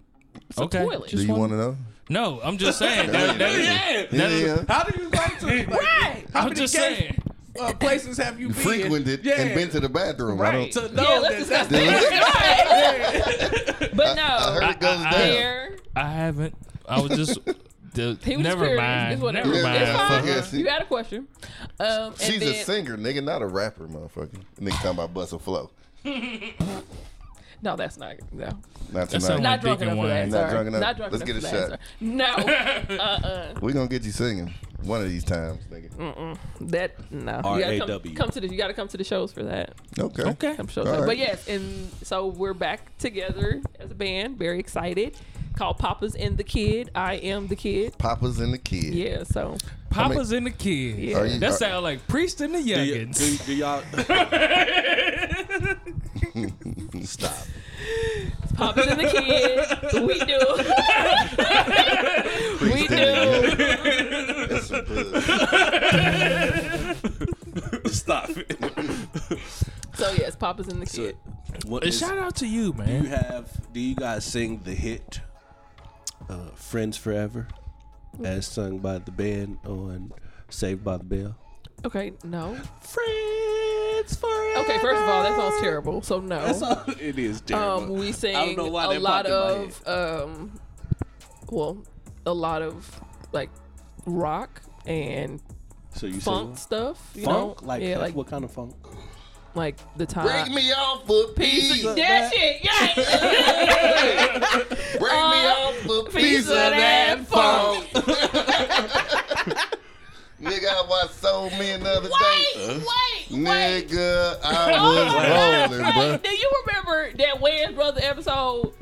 B: It's
C: Okay.
B: a toilet.
D: Do you want to know?
C: No, I'm just saying. that- that-
A: Yeah.
D: Yeah,
C: is-
D: yeah.
A: How do you go to like,
B: Right.
A: How
C: I'm
A: many
C: just
A: gay
C: saying.
A: uh, places have you been?
D: Frequented and been to the bathroom. I
A: right.
D: don't.
A: To know
B: Yeah,
A: that
B: let's discuss
A: that's
B: this. Right. but no,
D: I heard it goes
C: I- I-
D: down.
B: there.
C: I haven't. I was just. The,
B: He was
C: never
B: just curious.
C: mind.
B: It's whatever.
C: Never mind.
B: It's fine.
C: Fuck
D: Yeah,
C: it.
D: she-
B: You had a question. Um, and
D: She's
B: then,
D: a singer, nigga, not a rapper, motherfucker. Nigga talking about bust a flow.
B: No, that's not. No,
D: Not
C: That
D: tonight.
C: sound
B: not
C: like
B: drunk
C: Deacon
B: enough for that.
C: wine.
D: Not
B: Sorry.
D: drunk enough.
B: Not drunk
D: Let's
B: enough
D: get
B: for
D: a
B: that. Sorry. No, uh,
D: We're gonna get you singing one of these times, nigga.
B: Mm. that no. You gotta come,
A: R.A.W..
B: come to the. You gotta come to the shows for that.
D: Okay.
C: Okay.
B: Come shows.
D: All right.
B: But yes, and so we're back together as a band. Very excited. Called Papa's and the Kid. I am the kid.
D: Papa's and the kid.
B: Yeah. So
C: Papa's in the kid.
B: Yeah.
D: Are you-
C: That
D: are-
C: sound like priest and the
A: Do, y- do,
C: youngins.
A: do y'all stop?
B: Papa's and the Kid. we do. we
D: Please
B: do.
D: That's some good.
A: Stop it.
B: So yes, Papa's and the
A: So,
B: Kid.
A: what
C: And
A: is-
C: Shout out to you,
A: do you
C: man.
A: have? Do you guys sing the hit uh, "Friends Forever" as sung by the band on Saved by the Bell?
B: Okay. No.
A: Friends forever.
B: Okay. First of all, that sounds terrible. So no.
A: That's all. It is terrible.
B: um, we
A: I don't
B: sing a
A: know why that
B: lot
A: popped in my
B: of um, well, a lot of like rock and
A: so you
B: funk
A: sing
B: stuff. You
A: funk
B: know?
A: like,
B: yeah,
A: that's
B: like
A: what kind of funk?
B: like the time.
D: Break me off for peace.
B: That
D: Break me
B: shit, yeah.
D: off for
B: uh, piece
D: piece
B: of
D: of
B: that
D: that phone. Nigga, I watched so many the other day.
B: Wait, wait, wait.
D: Nigga,
B: Oh,
D: I was rolling, bro.
B: Frank, do you remember that Wayne's Brother episode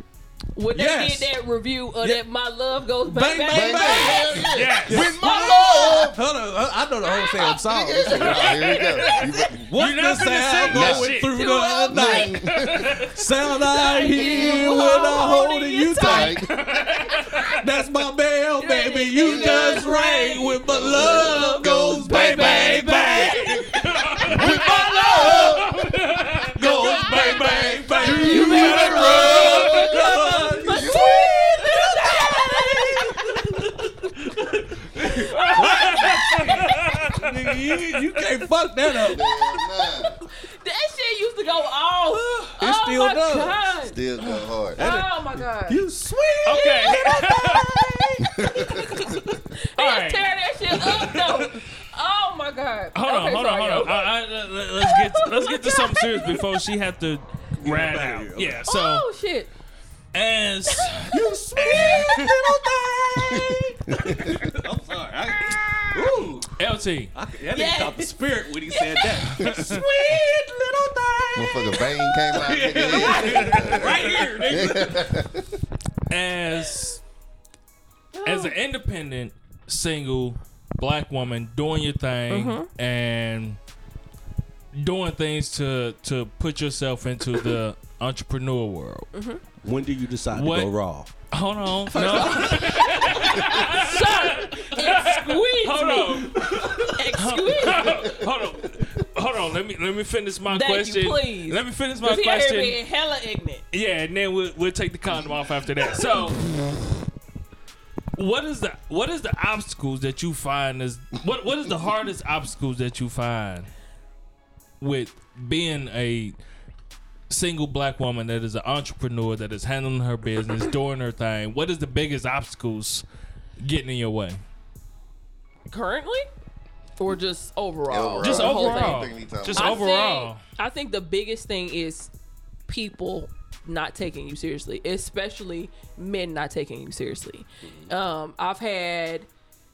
B: when they
A: Yes.
B: did that review of that "My Love Goes
A: Bang,
B: Bang
D: Bang,
B: Bang"?
A: bang,
D: bang. Hell yeah.
C: Yes.
D: With my love.
A: Hold on, Uh, I- I know the whole damn song.
D: Nigga, here we go. You
A: What
C: You're not
A: the
C: finna
A: sound
C: sing that
A: going
C: shit.
A: through
B: Too
A: the
B: old.
A: night? Sound I hear when I'm holding you tight.
D: like,
A: That's my bell, baby. You
B: You
A: just
B: just
A: rang when my love goes bang, bang, bang. With my love goes bang, bang, bang. You better run. run. Nigga, you, you can't fuck that up.
D: hell nah.
B: That shit used to go off.
A: It
B: oh
A: still
B: my
A: does.
B: god.
D: Still go hard.
B: Oh my god.
A: You sweet.
C: Okay.
B: They
C: All
B: just
C: right.
B: tear that shit up though. Oh my god.
C: Hold on,
B: Okay,
C: hold on,
B: sorry,
C: hold on. I,
B: y'all.
C: I, let- let- let's get to, let's get to something serious before she have to rat
A: outta here,
C: out.
A: okay.
C: Yeah. So
B: Oh shit.
C: as
A: You sweet little thing. I'm sorry. I, ooh,
C: LT,
A: I, that
B: Yes.
A: nigga caught the spirit when he said that. sweet
D: Motherfucker,
A: little thing.
D: vein came out. nigga.
A: right here, nigga.
C: as as an independent single black woman doing your thing
B: Mm-hmm.
C: and doing things to to put yourself into the entrepreneur world.
A: When do you decide
C: What?
A: to go raw?
C: Hold on, no,
B: Sir, excuse
C: hold
B: me.
C: on,
B: Excuse me.
C: hold on, hold on. Let me let me finish my
B: Thank you,
C: question.
B: please.
C: Let me finish my
B: Because he out here
C: question.
B: being hella ignorant.
C: Yeah, and then we'll, we'll take the condom off after that. So, what is the what is the obstacles that you find is what what is the hardest obstacles that you find with being a single black woman that is an entrepreneur that is handling her business, doing her thing? What is the biggest obstacles getting in your way?
B: Currently? Or just overall?
C: Just
D: Just
B: The whole
C: overall,
B: thing.
D: thing he talking
C: just
B: I
D: about.
C: overall.
B: Think, I think the biggest thing is people not taking you seriously, especially men not taking you seriously. Um, I've had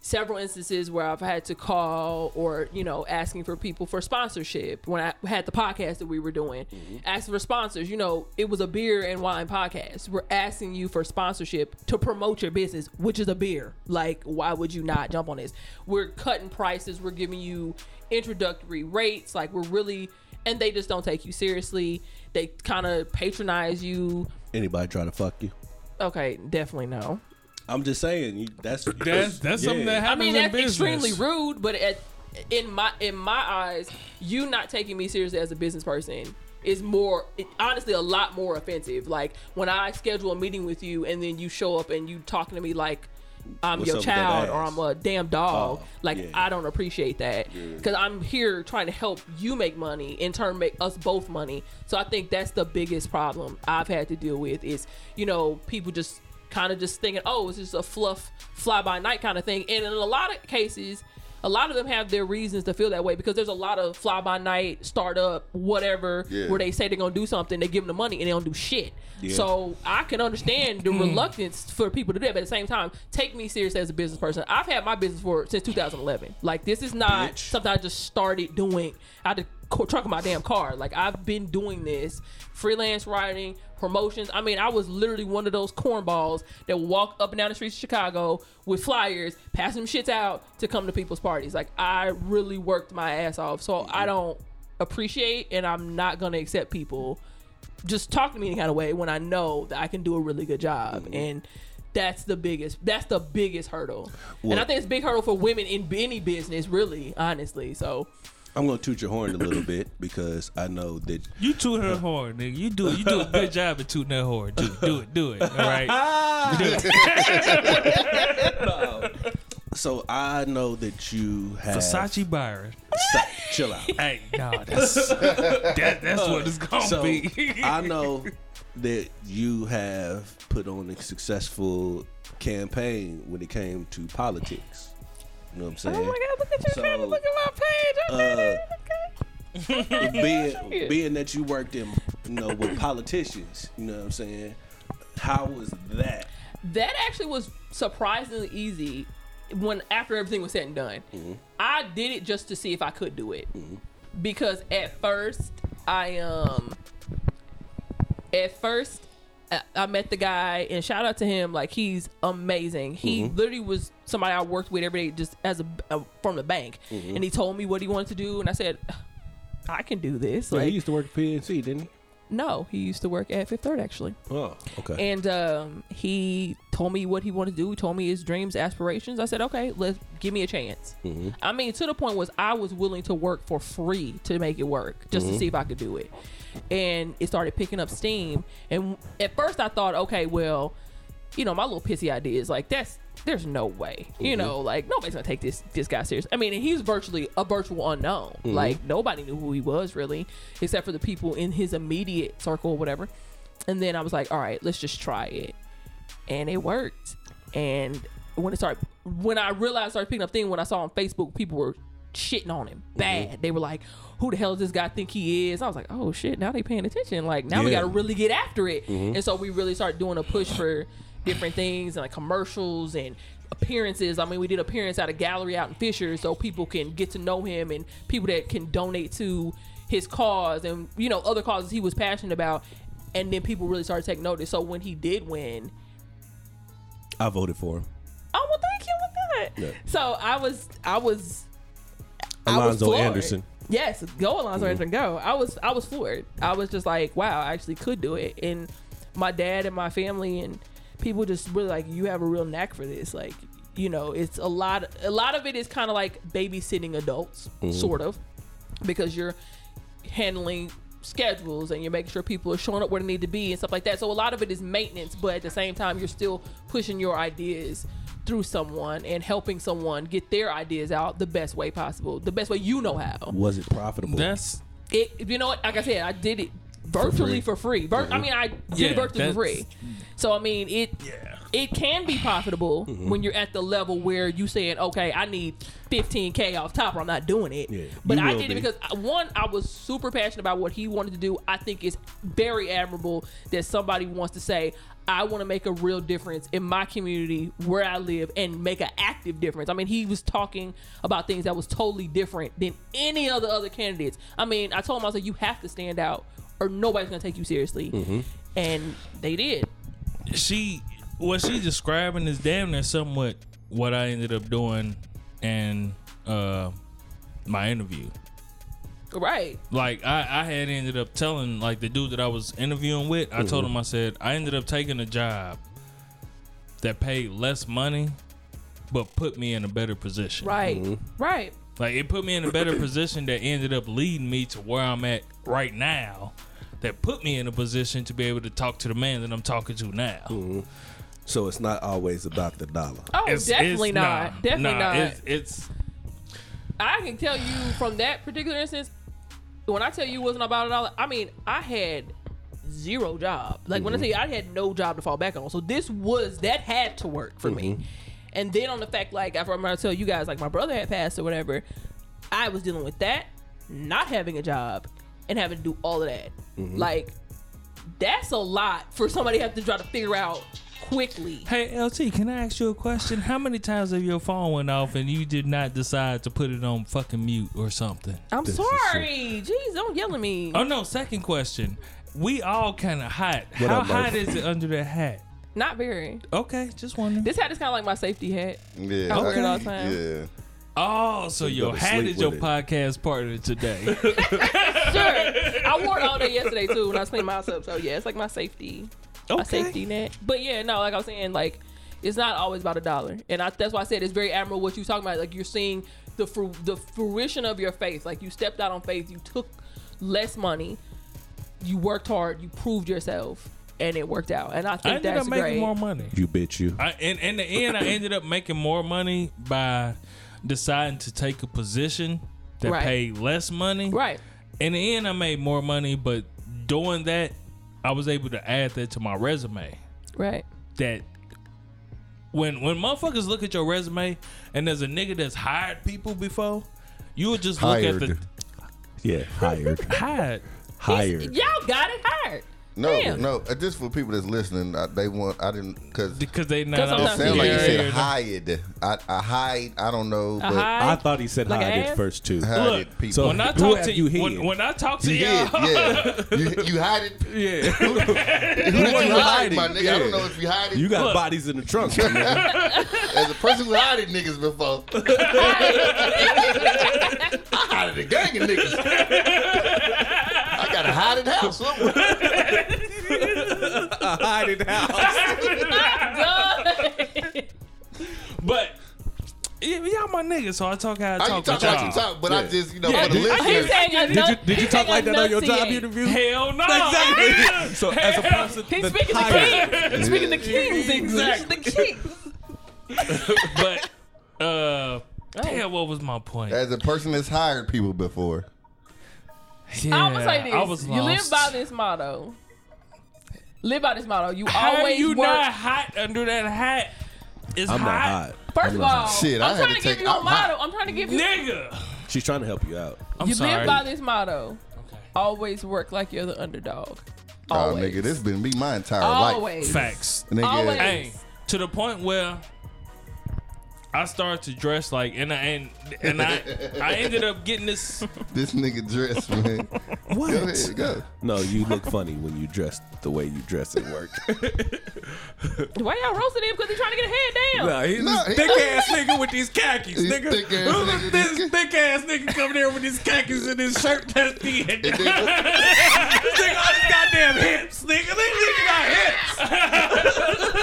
B: several instances where I've had to call or, you know, asking for people for sponsorship when I had the podcast that we were doing. Asking for sponsors, you know, it was a beer and wine podcast. We're asking you for sponsorship to promote your business, which is a beer. Like, why would you not jump on this? We're cutting prices, we're giving you introductory rates, like we're really and they just don't take you seriously. They kind of patronize you.
A: Anybody try to fuck you?
B: Okay, definitely no.
A: I'm just saying. You, that's
C: That's that's something that
B: I
C: happens
B: mean,
C: in
B: that's
C: business.
B: extremely rude, but at in my in my eyes, you not taking me seriously as a business person is more it, honestly a lot more offensive. Like when I schedule a meeting with you and then you show up and you talking to me like I'm
A: What's up
B: your
A: with that
B: child or
A: ass?
B: I'm a damn dog.
A: Oh,
B: like
A: yeah.
B: I don't appreciate that because I'm here trying to help you make money in turn make us both money. So I think that's the biggest problem I've had to deal with is you know people just kind of just thinking oh it's just a fluff fly by night kind of thing and in a lot of cases a lot of them have their reasons to feel that way because there's a lot of fly by night startup whatever
D: Yeah.
B: where they say they're gonna do something, they give them the money and they don't do shit.
A: Yeah.
B: So I can understand the reluctance for people to do that, but at the same time, take me serious as a business person. I've had my business for since 2011. Like this is not
A: Bitch.
B: something I just started doing out the co- trunk of my damn car. Like I've been doing this freelance writing, promotions. I mean, I was literally one of those cornballs that would walk up and down the streets of Chicago with flyers, pass them shits out to come to people's parties. Like I really worked my ass off. So I don't appreciate and I'm not gonna accept people just talk to me any kind of way when I know that I can do a really good job
A: Mm-hmm.
B: and that's the biggest that's the biggest hurdle and I
A: Well-
B: think it's a big hurdle for women in any business really honestly so
A: I'm gonna toot your horn a little bit because I know that
C: You toot her hard, nigga. You do you do a good job at tooting that hard. Do, do it, do it. All right.
A: So I know that you have
C: Versace Byron.
A: Stop, chill out.
C: Hey, nah, that's that, that's what it's gonna
A: So
C: be.
A: I know that you have put on a successful campaign when it came to politics. You know what I'm saying?
E: Oh my God! Look at you trying to
A: So,
E: look at my page. I did
A: uh,
E: it. Okay.
A: being being that you worked in you know with politicians, you know what I'm saying? How was that?
B: that actually was surprisingly easy when after everything was said and done i did it just to see if i could do it because at first i um at first I- I met the guy and shout out to him like he's amazing. He literally was somebody I worked with every day just as a, a from the bank and he told me what he wanted to do and I said I can do this. Like
A: to work at PNC, didn't he?
B: no, he used to work at Fifth Third actually.
A: Oh, okay.
B: And um, he told me what he wanted to do. He told me his dreams, aspirations. I said, okay, let's give me a chance. I mean, to the point was I was willing to work for free to make it work, just to see if I could do it. And it started picking up steam. And at first, I thought, okay, well, you know, my little pissy ideas, like that's there's no way, you know, like nobody's gonna take this this guy serious. I mean, and he's virtually a virtual unknown. Like nobody knew who he was really, except for the people in his immediate circle or whatever. And then I was like, all right, let's just try it, and it worked. And when it started, when I realized, I started picking up things when I saw on Facebook, people were shitting on him bad. They were like, who the hell does this guy think he is? I was like, oh shit, now they paying attention. Like now we
A: Yeah.
B: gotta really get after it. And so we really started doing a push for different things and like commercials and appearances. I mean, we did appearance at a gallery out in Fisher so people can get to know him and people that can donate to his cause and you know other causes he was passionate about. And then people really started taking notice. So when he did win,
A: I voted for him.
B: oh well, thank you with that.
A: Yeah.
B: So I was, I was I was
A: Alonzo
B: floored.
A: Anderson. Mm-hmm.
B: Yes, go Alonzo Anderson, go. I was I was floored. I was just like, wow, I actually could do it. And my dad and my family and people just really like, you have a real knack for this. Like, you know, it's a lot. A lot of it is kind of like babysitting adults,
A: Mm-hmm.
B: sort of, because you're handling schedules and you're making sure people are showing up where they need to be and stuff like that. So a lot of it is maintenance, but at the same time, you're still pushing your ideas through someone and helping someone get their ideas out the best way possible, the best way you know how.
A: Was it profitable?
C: that's
B: It, you know what? Like I said, I did it virtually
A: free.
B: for free. Vir- I mean, I did
C: Yeah,
B: it virtually
C: that's-
B: for free. So I mean, it it can be profitable
A: Mm-hmm.
B: when you're at the level where you saying, okay, I need 15k off top, or I'm not doing it.
A: Yeah,
B: but
A: you
B: I
A: will
B: did it
A: be.
B: because I- one, I was super passionate about what he wanted to do. I think it's very admirable that somebody wants to say. I want to make a real difference in my community where I live and make an active difference. I mean, he was talking about things that was totally different than any other other candidates. I mean, I told him I was like, you have to stand out or nobody's gonna take you seriously, and they did.
C: she what she's describing is damn near somewhat what I ended up doing in uh my interview.
B: Right.
C: Like I, I had ended up telling like the dude that I was interviewing with, I told him I said I ended up taking a job that paid less money but put me in a better position.
B: Right. Right.
C: Like it put me in a better position that ended up leading me to where I'm at right now. That put me in a position to be able to talk to the man that I'm talking to now.
A: so it's not always about the dollar.
B: Oh,
C: It's-
B: definitely
C: it's-
B: not.
C: nah,
B: definitely
C: nah,
B: not.
C: It's, it's
B: I can tell you from that particular instance, when I tell you it wasn't about a dollar, I mean, I had zero job. Like when I tell you I had no job to fall back on. So this was that had to work for me. And then on the fact, like I remember I tell you guys, like my brother had passed or whatever, I was dealing with that, not having a job, and having to do all of that. Like that's a lot for somebody to have to try to figure out quickly.
C: Hey LT, can I ask you a question? How many times have your phone went off and you did not decide to put it on fucking mute or something?
B: I'm
A: is
B: sorry. Jeez, don't yell at me.
C: Oh no, second question. We all kind of hot.
A: What
C: How
A: up, Murph?
C: hot is it under that hat?
B: Not very.
C: Okay, just wondering.
B: This hat is kind of like my safety hat.
D: Yeah.
B: I wear it all
D: okay.
B: the time.
D: Yeah.
C: oh, so your
A: to
C: hat
A: sleep
C: is your
A: with it.
C: podcast partner today.
B: Sure. I wore it all day yesterday too when I was cleaning my house up. So yeah, it's like my safety, my safety net. But yeah, no, like I was saying, like it's not always about a dollar, and I, that's why I said it's very admirable what you talking about. Like you're seeing the fru- the fruition of your faith. Like you stepped out on faith, you took less money, you worked hard, you proved yourself, and it worked out. And I
C: I
B: think
C: ended
B: that's
C: up making
B: great.
C: more money.
A: You bitch you.
C: I, in, in the end, I ended up making more money by deciding to take a position that
B: Right.
C: paid less money.
B: right.
C: In the end, I made more money, but doing that, I was able to add that to my resume.
B: Right.
C: That when when motherfuckers look at your resume and there's a nigga that's hired people before, you would just look at the
A: Hired. Yeah, hired.
C: hired.
A: hired.
B: Y'all got it hard.
D: No,
B: Damn.
D: no. uh, Just for people that's listening, I, they want. I didn't because it
C: Because they not
B: That's
C: on
B: what I'm
D: sounded like you
B: Yeah,
D: said hide. I, I hide. I don't know, but
A: I thought he said
B: Like
A: hide
B: an
A: at
B: ass?
A: first too.
D: hide
C: Look,
D: it, people.
A: so-
C: when I
A: Who
C: talk
A: have
C: to
A: you
C: you,
A: hid?
C: when, when I talk to
D: you hid,
C: y'all,
D: yeah. You, you hide it. Yeah. Who
A: You
D: did you hide,
A: hide it,
D: my nigga? I don't
A: yeah.
D: know if you hide it.
A: You got
C: Look.
A: bodies in the trunk. man.
D: As a person who hided niggas before, I hided a gang of niggas. I got a hided house somewhere.
A: I hide it out.
C: but y- y'all my niggas, so I talk how I
D: I
C: talk.
D: can talk
C: with
D: like you
C: y'all.
D: talk, but I
A: Yeah.
D: just, you know,
C: Yeah,
D: for the
C: did-
B: He
D: listeners.
B: said
A: Did you,
B: anu-
A: did you
B: he
A: talk like that on your job
B: enunciate.
A: interview?
C: Hell no.
A: Exactly. so as a person,
B: He's
A: the
B: speaking the
A: hired-
B: king. He's speaking the king's English.
C: Exactly.
B: The king.
C: but uh damn, what was my point?
D: As a person that's hired people before,
C: Yeah,
B: I was say this.
C: I was
B: You live
C: lost.
B: by this motto. Live by this motto. You
C: How
B: always
C: you
B: work.
C: not hot under that hat? It's
A: I'm not
C: hot.
A: hot.
B: First of all,
D: Shit, I
B: I'm
D: had
B: trying
D: to
B: to, give
D: take-
B: you a
D: I'm hot.
B: motto. I'm trying to give you.
C: Nigga.
A: she's trying to help you out.
C: I'm
B: you
C: sorry.
B: live by this motto.
C: Okay.
B: Always work like you're the underdog.
D: oh,
B: Always.
D: nigga, this been me my entire life.
B: Always.
C: Facts.
D: Nigga,
B: Always.
C: Hey, to the point where I started to dress like and I and, and I I ended up getting this
D: this nigga dressed, man. Go ahead, go.
A: No, you look funny when you dress the way you dress at work.
B: Why y'all roasting him? Because he's trying to get Oh, a head down.
A: no, he's
D: No, he-
A: this thick ass nigga with these khakis,
D: He's
A: nigga.
D: thick ass
A: Who's
D: nigga.
A: this thick ass nigga coming here with his khakis and his shirt that's the end.
D: And then-
A: nigga, all these goddamn hips, nigga. This nigga got hips.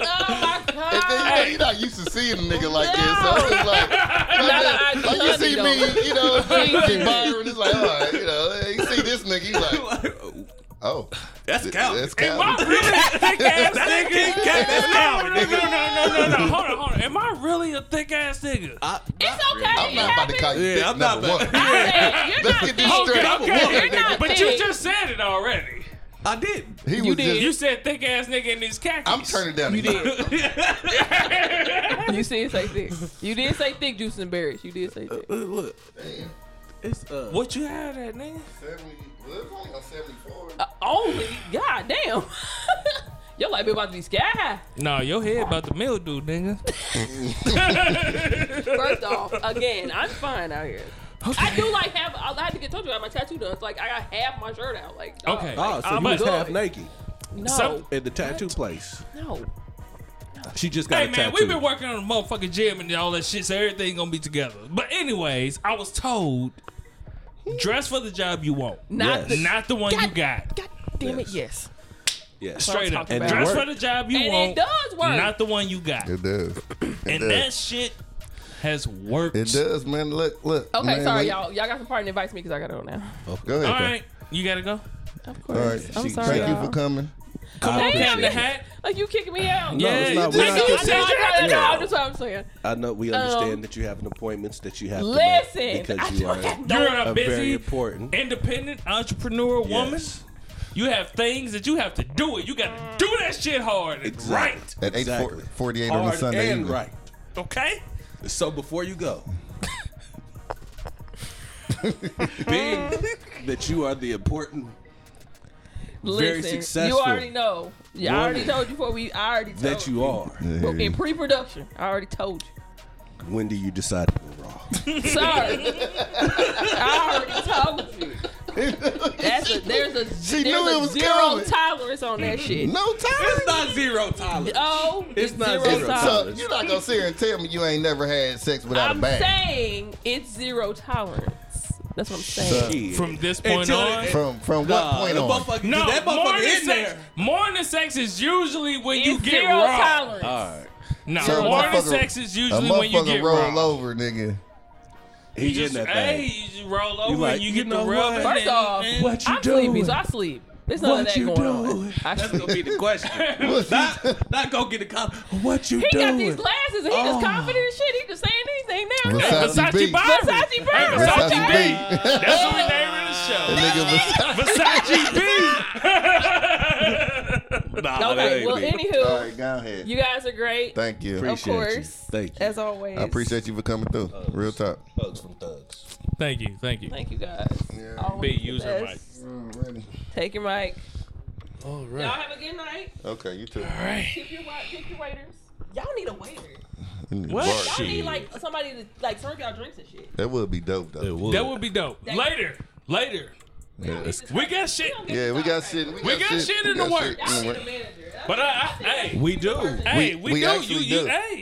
B: Oh my
D: and
B: god.
D: then, you know, you're not used to seeing a nigga like this, so it's just like,
B: I-
D: like, like you
B: I-
D: see
B: I-
D: me, you know, Ricky
B: Jesus.
D: Byron, it's like, all right, you know, you see this nigga, he's like, oh,
A: That's Cal.
D: that's
C: Am I
D: Calvin.
C: really a thick ass
A: King
C: nigga?
A: Cat, that's
C: No, no, no, no, no, no, no. Hold on, hold on. Am I really a thick ass nigga?
B: It's okay.
D: I'm
B: it
D: not about to
B: happens.
D: call you
A: Yeah,
D: thick,
A: I'm
D: number
A: not
D: one.
A: about-
B: I said, you're
D: Let's
B: not
D: get this
B: thick.
D: straight.
C: Okay, okay.
B: You're not
C: But you
B: thick.
C: just said it already.
A: I did.
D: He
B: You
D: was
B: did.
C: You
D: just,
C: said thick ass nigga in his khakis.
D: I'm turning down
B: You
D: the mic.
B: did. you did say thick. You did say thick juice and berries. You did say thick.
A: Uh, Look, it's uh.
C: What you had at, nigga?
D: 70 well, it was only on 74.
B: Uh, only god damn. Your life be about to be sky high.
C: No, your head about the mildew, nigga.
B: First off, again, I'm fine out here. I do like have. I had to get told you I had my tattoo done. It's like I got half my shirt out. Like dog,
C: Okay.
A: Oh, so
C: I'm
A: you was
C: good.
A: half naked
B: no,
C: some-
A: at the tattoo place.
B: no.
A: She just got
C: Hey
A: a
C: man,
A: tattoo.
C: we've been working on the motherfucking gym and all that shit, so everything gonna be together. But anyways, I was told dress for the job you want,
B: Not
A: Yes.
B: the,
C: not the one you got.
B: God damn it,
A: Yes.
B: yes.
A: Yes.
C: Straight up,
A: talking about.
C: dress
A: And it
C: for the job you
B: And
C: want,
B: it does work.
C: not the one you got.
D: It does.
C: and that shit has worked.
D: It does, man. Look, look.
B: okay,
D: man,
B: sorry
D: like-
B: y'all. Y'all got some party advice me because I got to go now.
D: Go ahead.
C: All
D: bro.
C: right, you gotta go.
B: Of
D: All
B: course.
D: right.
B: I'm
A: She-
B: sorry.
D: Thank you
B: y'all.
D: for coming.
A: I,
B: Thank
A: appreciate
C: Down the
A: it.
C: hat.
B: Like you kicking me out.
A: No,
C: yeah,
A: it's not-
C: you-
A: we're
B: Like,
A: not
B: you
A: kicking
B: said
A: you
B: you had to go.
A: out.
B: That's what I'm saying.
A: I know we understand
B: Um,
A: that you have an appointments that you have
B: Listen,
A: to make
B: I
A: because you
B: don't
A: are
B: have
C: you're
B: no.
C: a
A: a
C: busy,
A: very important
C: independent entrepreneur woman.
A: Yes.
C: You have things that you have to do it. You got to do that shit hard and right.
D: At eight
A: Exactly.
D: forty-eight on
A: Hard
D: a Sunday
A: and
D: evening.
A: right.
C: Okay.
A: So before you go, being that you are the important, Very
B: Listen, You
A: successful
B: already know. Yeah, I already
A: woman.
B: told you before we. I already told
A: that you are,
B: But in pre-production, I already told you.
A: when do you decide to go raw?
B: Sorry, I already told you. That's a, there's a
D: She
B: there's
D: knew
B: a
D: it was
B: zero
D: coming.
B: tolerance on that shit.
D: No time.
A: not zero tolerance.
B: Oh,
A: It's
B: zero,
A: not zero
D: So
B: tolerance.
A: tolerance.
D: you're not gonna sit here and tell me you ain't never had sex without a
B: I'm
D: bag
B: saying it's zero tolerance. That's what I'm saying.
A: Shit.
C: From this point
A: Until
C: on.
A: it-
D: from from what
A: Nah,
D: point
A: the
D: on?
A: motherfucker-
C: no,
A: that
C: morning
A: motherfucker in
C: sex.
A: there.
C: Morning sex is usually when you
B: it's
C: get
B: zero
C: raw.
B: tolerance.
A: All right,
C: No,
D: So a
C: morning
D: motherfucker-
C: sex is
D: A
C: usually when you
D: motherfucker
C: get
D: roll
C: raw.
D: over, nigga.
A: he
C: You just,
A: in that
C: hey,
A: thing.
C: you just roll over
A: like,
C: and you
A: you
C: get
A: know
C: the rub.
A: what?
C: and
B: First
C: then-
B: off,
C: and-
A: What you
B: I'm sleepy,
A: doing?
B: so I sleep. There's none of
A: What
B: that
A: you
B: going on.
A: doing?
B: I
A: That's gonna be the question.
D: What's
A: not, not gonna get a cop. What you
B: He
A: doing?
B: got these glasses and he
A: Oh.
B: just confident as shit. He just saying anything now.
D: Versace
C: Versace
D: beat.
C: Byron.
B: Versace
C: Hey,
B: Byron.
C: Versace
D: Versace
C: Beat.
D: beat.
C: That's what they were in the show. Versace B.
D: Nigga, Versace-
A: Nah, that
B: Okay,
A: ain't
B: well,
A: it.
B: anywho,
D: All right, go ahead.
B: you guys are great.
D: Thank you.
B: of
A: appreciate you.
B: course.
A: Thank you.
B: As
D: I
B: always.
D: appreciate you for coming through. Real talk.
A: Thugs from thugs.
C: Thank you, thank you.
B: Thank you guys. Always
C: Big
B: the
C: user, Mike.
B: best.
D: Mm,
B: Take your mic.
A: All
B: Y'all
A: right.
B: have a good night.
D: Okay, you too.
C: All right.
B: Keep your, wa- keep your waiters. Y'all need a waiter.
C: What?
B: Y'all need
C: Shit.
B: like somebody to like serve y'all drinks and shit.
D: That would be dope though.
C: That would be dope. Later, later.
D: Yeah,
C: We got shit,
D: yeah we got shit.
C: got shit
D: We,
C: in
D: we
C: the
D: got shit
C: works.
D: in the
B: Y'all need
D: works.
B: a manager. That's
C: but uh, I, I hey,
A: we do.
C: hey, we,
D: we
C: do. You,
D: actually
C: you,
D: do.
C: hey,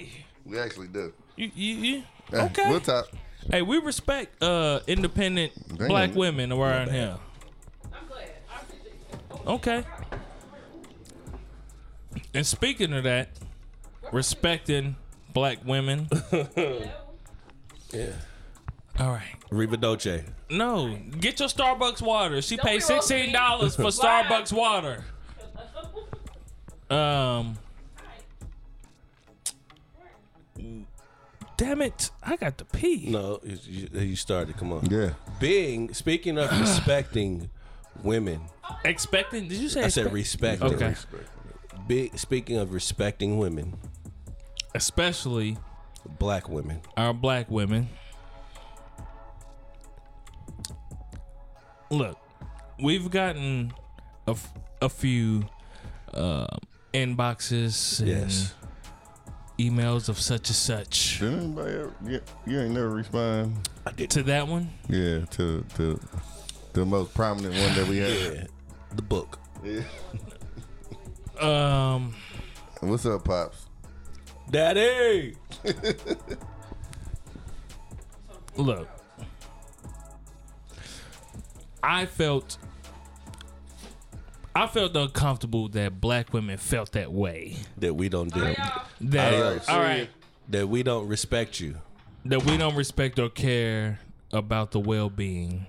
D: We actually do.
C: you, you, you.
D: Uh,
C: Okay.
D: We'll talk.
C: Hey, we respect uh independent
D: Damn.
C: black women around here.
B: I'm glad. I appreciate you.
C: Okay. And speaking of that, respecting black women.
A: Yeah.
C: All right.
A: Riva Dolce.
C: No, get your Starbucks water. She
B: Don't
C: paid
B: be roasting
C: sixteen
B: me.
C: dollars for Starbucks water. Um. Damn it! I got to pee.
A: No, you, you you started. Come on.
D: Yeah.
A: Being speaking of respecting women,
C: Expecting? Did you say?
A: I said
C: expect-
A: respect.
C: Okay.
A: Be, speaking of respecting women,
C: Especially
A: black women.
C: our black women. Look, we've gotten a, f- a few uh, inboxes and
A: Yes.
C: emails of such and such.
D: Did anybody ever, you, you ain't never respond?
C: To that one,
D: Yeah, to to the most prominent one that we had.
A: Yeah. The book.
C: um,
D: What's up, pops?
A: Daddy.
C: look, I felt, I felt uncomfortable that black women felt that way.
A: That we don't do.
C: That
D: All right,
C: all right,
A: That we don't respect you.
C: that we don't respect or care about the well-being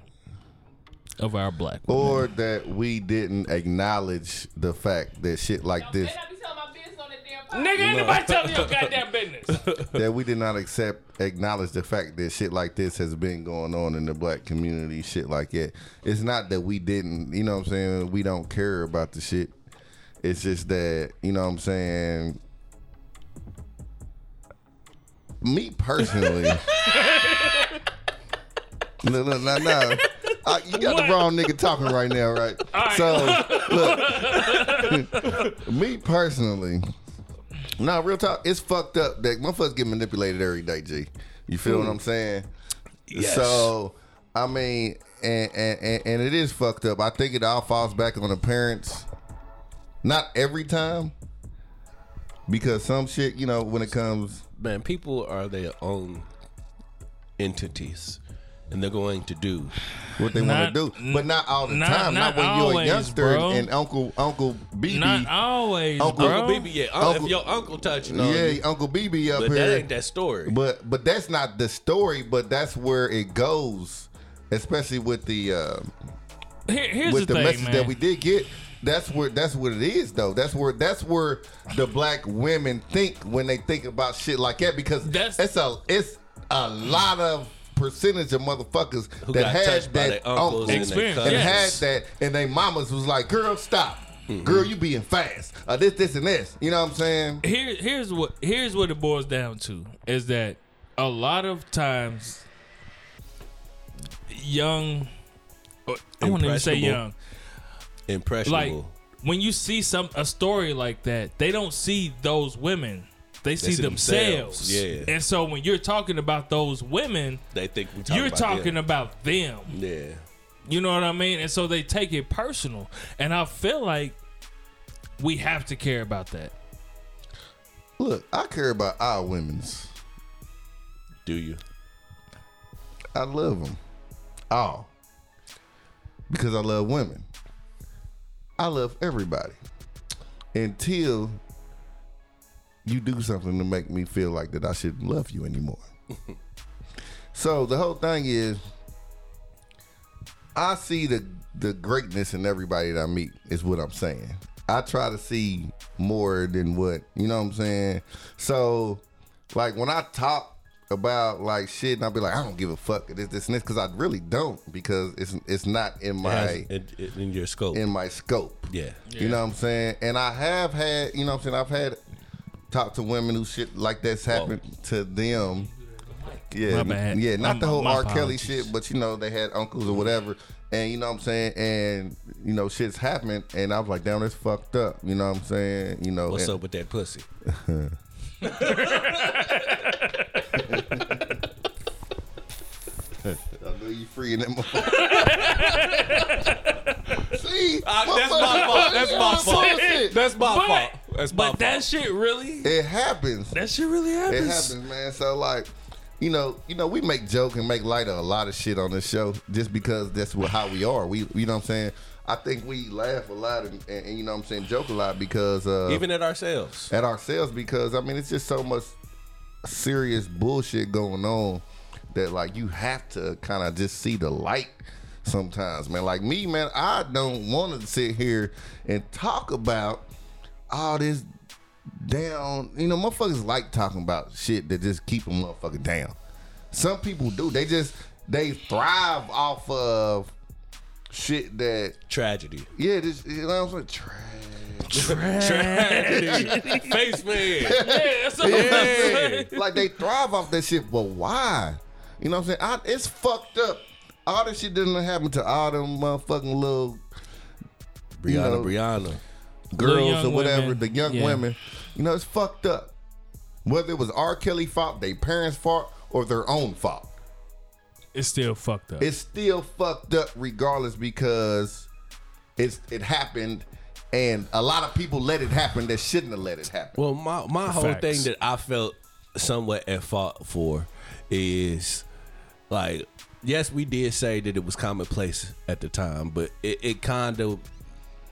C: of our black women.
D: Or that we didn't acknowledge the fact that shit like this,
B: Better not be telling my business on that damn podcast.
C: Nigga, ain't nobody telling your goddamn business.
D: that we did not accept, acknowledge the fact that shit like this has been going on in the black community, shit like that. It's not that we didn't, you know what I'm saying, we don't care about the shit. It's just that, you know what I'm saying, me personally. No, no, no, no. I, you got the wrong nigga talking right now, right?
C: right.
D: So, look, me personally, nah, real talk, it's fucked up that motherfuckers get manipulated every day, G. You feel what I'm saying?
A: Yes.
D: So, I mean, and, and, and, and it is fucked up. I think it all falls back on the parents. Not every time, because some shit, you know, when it comes.
A: man, people are their own entities, and they're going to do.
D: what they
C: Not-
D: want to do, but not all the
C: not-
D: time.
C: not
D: Not, when you're a
C: always,
D: youngster
C: bro.
D: and, and Uncle Uncle BB,
C: Not always,
D: Uncle
C: bro.
A: Uncle BB, yeah, un-
D: Uncle-
A: if your uncle touching on
D: yeah,
A: you,
D: Uncle BB up
A: but
D: here.
A: that ain't that story.
D: But but that's not the story. But that's where it goes, especially with the uh,
C: Here, here's
D: with
C: the,
D: the,
C: thing,
D: message
C: man.
D: that we did get. That's where that's what it is though. That's where that's where the black women think when they think about shit like that because
C: That's-
D: it's a it's a lot of percentage of motherfuckers
A: Who
D: that
A: got
D: had
A: touched by
D: that
A: their uncles
D: uncle and,
A: and their
C: Experience.
A: cousins.
C: Yeah.
D: had that, and they mamas was like, "Girl, stop, girl, you being fast, uh, this, this, and this." You know what I'm saying?
C: Here, here's what here's what it boils down to is that a lot of times young, uh, I wouldn't even say
A: Impressionable.
C: young, like
A: Impressionable.
C: when you see some a story like that, they don't see those women. They see,
A: see
C: themselves.
A: themselves, yeah.
C: And so when you're talking about those women,
A: they think we talking
C: you're
A: about
C: talking
A: them.
C: about them.
A: Yeah.
C: You know what I mean? And so they take it personal. And I feel like we have to care about that.
D: Look, I care about our women's.
A: Do you?
D: I love them all because I love women. I love everybody until you do something to make me feel like that I shouldn't love you anymore. so the whole thing is, I see the the greatness in everybody that I meet is what I'm saying. I try to see more than what you know what I'm saying. So like when I talk about like shit and I'll be like, I don't give a fuck this, this, and this, because I really don't because it's it's not in
A: It
D: my
A: has- it- it- in your scope.
D: in my scope.
A: yeah.
D: You know what I'm saying? And I have had, you know what I'm saying? I've had talked to women who shit like that's happened to them. Yeah,
C: My bad.
D: yeah, not
C: Um,
D: the whole
C: my
D: R. Kelly
C: apologies.
D: shit, but you know they had uncles or whatever, and you know what I'm saying, and you know shit's happened, and I was like, damn, that's fucked up. You know what I'm saying? You know,
A: What's
D: and-
A: up with that pussy?
D: I know you free in that motherfucker. See,
A: Ah, that's my fault. That's my fault. That's my
C: But,
A: fault. That's my
C: but that shit really,
D: It happens.
C: that shit really
D: It
C: happens.
D: happens, man. So like, you know, you know, we make joke and make light of a lot of shit on this show just because that's what, how we are. We, you know what I'm saying? I think we laugh a lot and, and, and you know what I'm saying, joke a lot because uh,
A: Even at ourselves.
D: at ourselves because I mean it's just so much serious bullshit going on that like you have to kind of just see the light sometimes, man. Like me, man, I don't want to sit here and talk about all this down. You know, motherfuckers like talking about shit that just keep a motherfucker down. Some people do. They just they thrive off of shit that
A: Tragedy.
D: yeah. This you know what I'm saying. Trash.
A: Tragedy. Face man.
C: Yeah, that's what I'm saying.
D: like they thrive off that shit, but why? You know what I'm saying? I, it's fucked up. All this shit didn't happen to all them motherfucking little
A: Brianna,
D: know,
A: Brianna.
D: girls
C: young
D: or whatever,
C: women.
D: the young
C: Yeah.
D: women. You know, it's fucked up. Whether it was R. Kelly fault, their parents' fault, or their own fault.
C: It's still fucked up.
D: It's still fucked up regardless because it's it happened and a lot of people let it happen that shouldn't have let it happen.
A: Well, my my whole
C: Facts.
A: thing that I felt somewhat at fault for is like, yes, we did say that it was commonplace at the time, but it, it kind of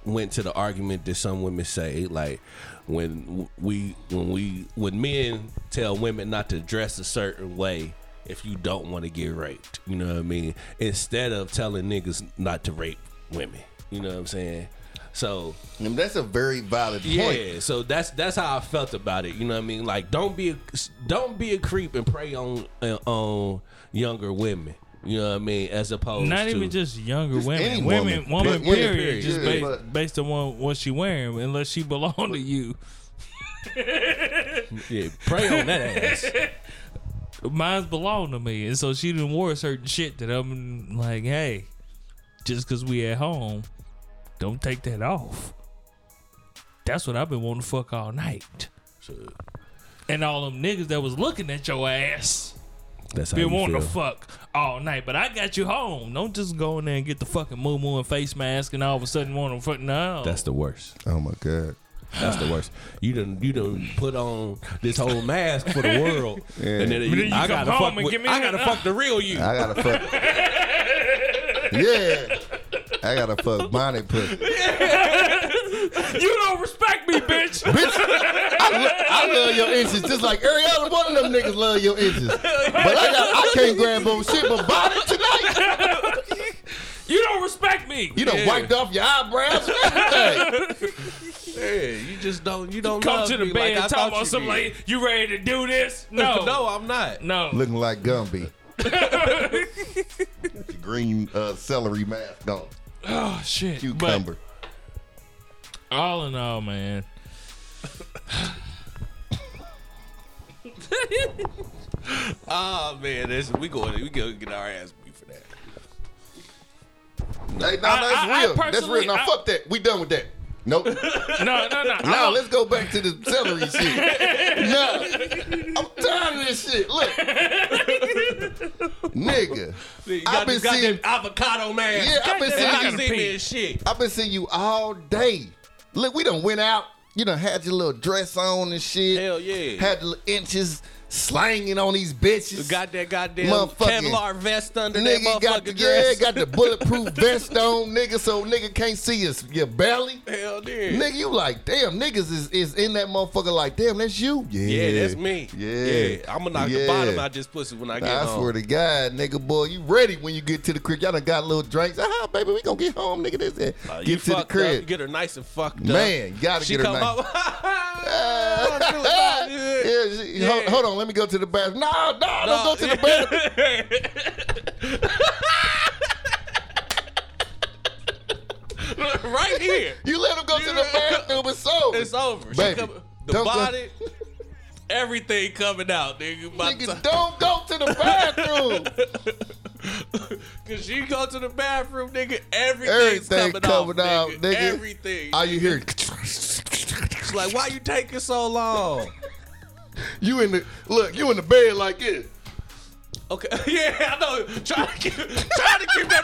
A: went to the argument that some women say, like when w- we when we when men tell women not to dress a certain way if you don't want to get raped, you know what I mean? Instead of telling niggas not to rape women, you know what I'm saying? So
D: And that's a very valid point.
A: yeah, so that's that's how I felt about it. You know what I mean? Like, don't be a, don't be a creep and prey on uh, on younger women. You know what I mean? As opposed
C: Not
A: to
C: even just younger
D: any
C: women,
D: woman.
C: women, woman,
D: Yeah,
C: period,
A: period.
C: just
D: Yeah,
C: based,
D: but-
C: based on what, what she wearing, unless she belong to you.
A: yeah, prey on that ass.
C: Mine's belong to me, and so she didn't wore certain shit that I'm like, hey, just because we at home, don't take that off. That's what I've been wanting to fuck all night,
A: So,
C: and all them niggas that was looking at your ass.
A: that's how
C: Been
A: you
C: wanting
A: feel.
C: to fuck all night, but I got you home. Don't just go in there and get the fucking moo moo and face mask, and all of a sudden want to fuck. No,
A: That's the worst.
D: Oh my God.
A: That's the worst. You done you done put on this whole mask for the world, and then,
C: But then you come
A: I gotta
C: home
A: fuck
C: and
A: with,
C: give me
A: I
C: that-
A: gotta fuck the real you.
D: I gotta fuck. yeah. I gotta fuck bonnet pussy.
C: you don't respect me, bitch.
D: I, lo- I love your inches just like Ariana. One of them niggas love your inches, but I got I can't grab on shit. But bonnet tonight,
C: You don't respect me.
D: you done
A: Yeah.
D: wiped off your eyebrows. and everything.
A: Yeah, you just don't you don't
C: come
A: love
C: to the
A: me
C: bed
A: like
C: and
A: I thought
C: talk about
A: you
C: something
A: did.
C: like you ready to do this? No,
A: no, I'm not.
C: no.
D: Looking like Gumby. green uh, celery mask on.
C: oh shit.
D: Cucumber.
C: But all in all, man.
A: Oh man, this we going we gonna get our ass beat for that.
D: Hey, no,
C: I-
D: that's
C: I- I
D: real. that's real.
C: personally-
D: Now,
C: I-
D: fuck that. We done with that. Nope.
C: No, no, no.
D: now, let's go back to the celery shit. no. I'm tired of this shit. Look. Nigga.
A: You
D: I've
A: got
D: been
A: this goddamn
D: seeing-
A: avocado man.
D: Yeah, I've been
A: I can
D: seeing you.
A: see me as shit.
D: I've been seeing you all day. Look, we done went out. You done had your little dress on and shit.
A: Hell yeah.
D: Had the little inches slanging on these bitches.
A: Got that goddamn
D: Motherfucking-
A: Kevlar vest under that
D: nigga
A: motherfucking
D: got the, yeah,
A: dress.
D: got the bulletproof vest on, nigga, so nigga can't see your, your belly.
A: Hell yeah.
D: Nigga, you like, damn, niggas is, is in that motherfucker like, damn, that's you. Yeah,
A: Yeah, that's me.
D: Yeah.
A: I'm gonna knock
D: Yeah.
A: the bottom out this pussy when I get
D: I
A: home.
D: swear to God, nigga, boy, you ready when you get to the crib. Y'all done got little drinks. Ah, baby, we gonna get home, nigga, this, that.
A: Uh, you
D: get to the
A: fucked
D: crib.
A: Up, get her nice and fucked up.
D: Man, you gotta
A: she
D: get her
A: come
D: nice.
A: up. I don't feel about
D: yeah,
A: it.
D: she- Hold,
A: Yeah.
D: hold on, let me go to the bathroom. No, no, let's go to the bathroom.
A: right here.
D: You let him go to the bathroom, it's over.
A: It's over. She
D: Baby,
A: come, the
D: don't go-
A: body, everything coming out, nigga. By the
D: Nigga, don't go to the bathroom.
A: time- Cause you go to the bathroom, nigga. Everything's
D: Everything
A: coming,
D: coming
A: off,
D: out,
A: nigga.
D: nigga.
A: Everything.
D: All you hear,
A: It's like, why you taking so long?
D: you in the look, you in the bed like this.
A: Okay. Yeah, I know. Try to keep, try to keep that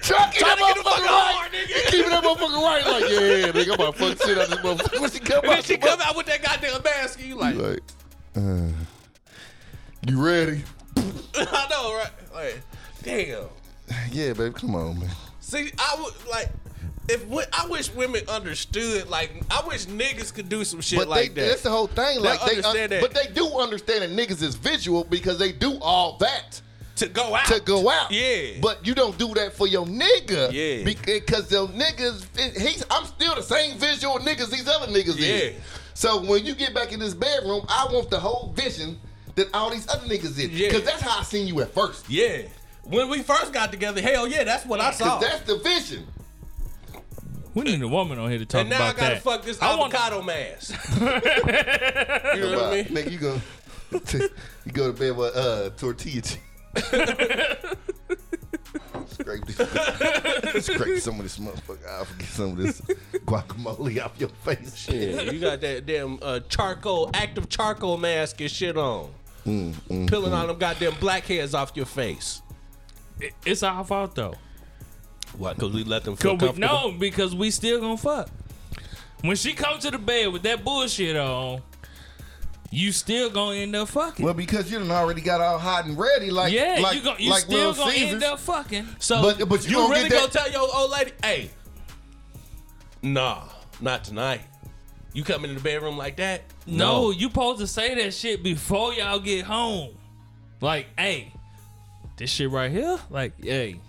D: Try to keep that
A: the
D: motherfucker
A: hard,
D: right.
A: nigga.
D: Keeping that motherfucker right, like yeah, nigga, I'm about to fuck shit out this motherfucker. When she come
A: And then
D: out,
A: she
D: she
A: come out with that goddamn mask, and you like,
D: like, uh, you ready?
A: I know, right? Like, damn.
D: Yeah, baby, come on, man.
A: See, I would like if wo- I wish women understood. Like, I wish niggas could do some shit
D: But
A: like
D: they,
A: that.
D: that's the whole thing. Like they, uh,
A: understand that.
D: but they do understand that niggas is visual because they do all that.
A: to go out.
D: to go out.
A: Yeah.
D: But you don't do that for your nigga.
A: Yeah.
D: Because your niggas, eh, he's I'm still the same visual niggas these other niggas is.
A: Yeah.
D: So when you get back in this bedroom, I want the whole vision that all these other niggas is.
A: Yeah.
D: Because that's how I seen you at first.
A: yeah. When we first got together, hell yeah, that's what I saw.
D: Because that's the vision.
C: We need a woman on here to talk
A: And now I
C: about
A: gotta
C: that.
A: fuck this
C: I want-
A: avocado mask. you know what I
D: Wow.
A: mean?
D: Nigga, you go, you go to bed with uh, tortilla chips. Scrape this. Scrape some of this motherfucker off and get some of this guacamole off your face.
A: Yeah, you got that damn uh, charcoal, active charcoal mask and shit on. Mm, Peeling all them goddamn blackheads off your face.
C: It- It's our fault though.
A: Why? Because we let them feel
C: Cause we,
A: comfortable.
C: no, because we still gonna fuck. When she comes to the bed with that bullshit on, you still gonna end up fucking.
D: Well, because you done already got all hot and ready, like
C: yeah,
D: like,
C: you go, you
D: like
C: still
D: Little
C: gonna
D: Caesars.
C: end up fucking.
A: So
D: But- but you
A: you
D: gonna
A: really
D: get
A: gonna
D: that-
A: tell your old lady, hey, nah, not tonight. You come into the bedroom like that?
C: No, you supposed to say that shit before y'all get home. Like, hey, this shit right here, like, hey,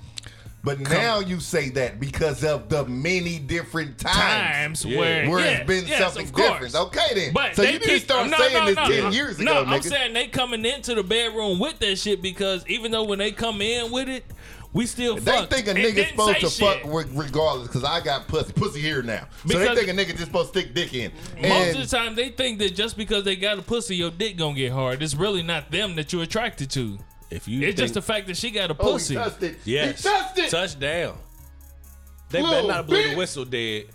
D: But now you say that because of the many different times,
C: times where,
D: where
C: yeah,
D: it's been
C: yes,
D: something
C: of course.
D: different. Okay, then.
C: But
D: so
C: they
D: you need to
C: keep-
D: start
C: no,
D: saying
C: no,
D: this
C: no,
D: ten
C: no.
D: years
C: No,
D: ago,
C: I'm
D: nigga.
C: saying they coming into the bedroom with that shit because even though when they come in with it, we still
D: They
C: fuck.
D: think a
C: It
D: nigga's
C: didn't
D: supposed to
C: say
D: fuck
C: shit.
D: re- regardless, because I got pussy, pussy here now. so
C: Because-
D: they think a nigga just supposed to stick dick in.
C: Most
D: And-
C: of the time, they think that just because they got a pussy, your dick gonna get hard. It's really not them that you're attracted to.
A: If you
C: It's
A: think-
C: just the fact that she got a
D: oh,
C: pussy.
D: he touched it.
A: yes,
D: He touched it.
A: touchdown. They
D: Little
A: better not have blew the
D: bitch.
A: whistle dead.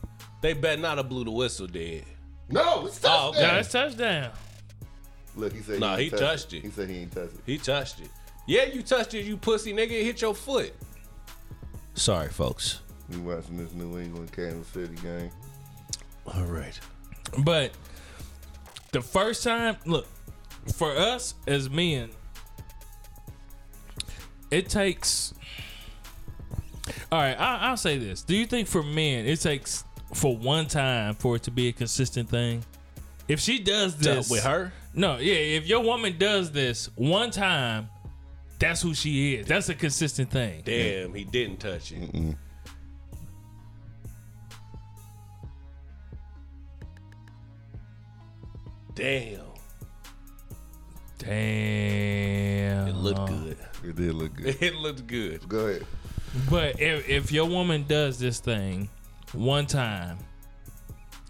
A: They better not have blew the whistle dead.
D: no, it's touchdown.
A: Oh, okay.
C: yeah, it's touchdown.
D: Look, he said
A: Nah,
D: he,
A: he
D: ain't
A: touched it.
D: He said he ain't touched it.
A: He touched it. Yeah, you touched it, you pussy nigga. It hit your foot. Sorry, folks.
D: You watching this New England Kansas City game?
A: All right.
C: But the first time, look, for us as men, it takes. All right, I, I'll say this. Do you think for men, it takes for one time for it to be a consistent thing? If she does this
A: With her?
C: no, yeah, if your woman does this one time, that's who she is. That's a consistent thing.
A: Damn, he didn't touch it. Damn.
C: Damn,
A: It looked good.
D: It did look good.
A: Uh. It looked good.
D: Go ahead.
C: But if, if your woman does this thing one time,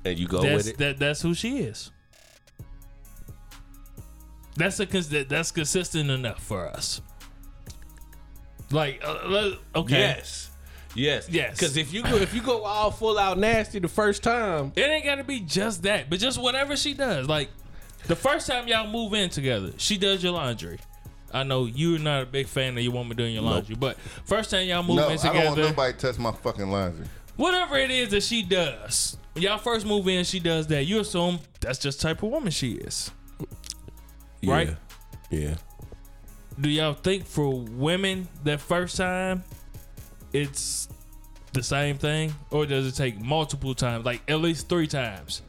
A: And you
D: Oh,
A: go with
C: that's
A: it.
C: that, that's who she is. That's a cons- that, that's consistent enough for us. Like uh, let- okay,
A: Yes. Yes.
C: Yes.
A: Because if you go, if you go all full out nasty the first time,
C: it ain't gotta be just that, but just whatever she does. Like the first time y'all move in together, she does your laundry. I know you're not a big fan of your woman doing your laundry, but first time y'all move
D: No,
C: in
D: I
C: together,
D: don't want nobody to touch my fucking laundry.
C: whatever it is that she does, when y'all first move in, she does that. You assume that's just the type of woman she is. Right?
A: Yeah.
C: Do y'all think for women that first time it's the same thing? Or does it take multiple times? Like at least three times?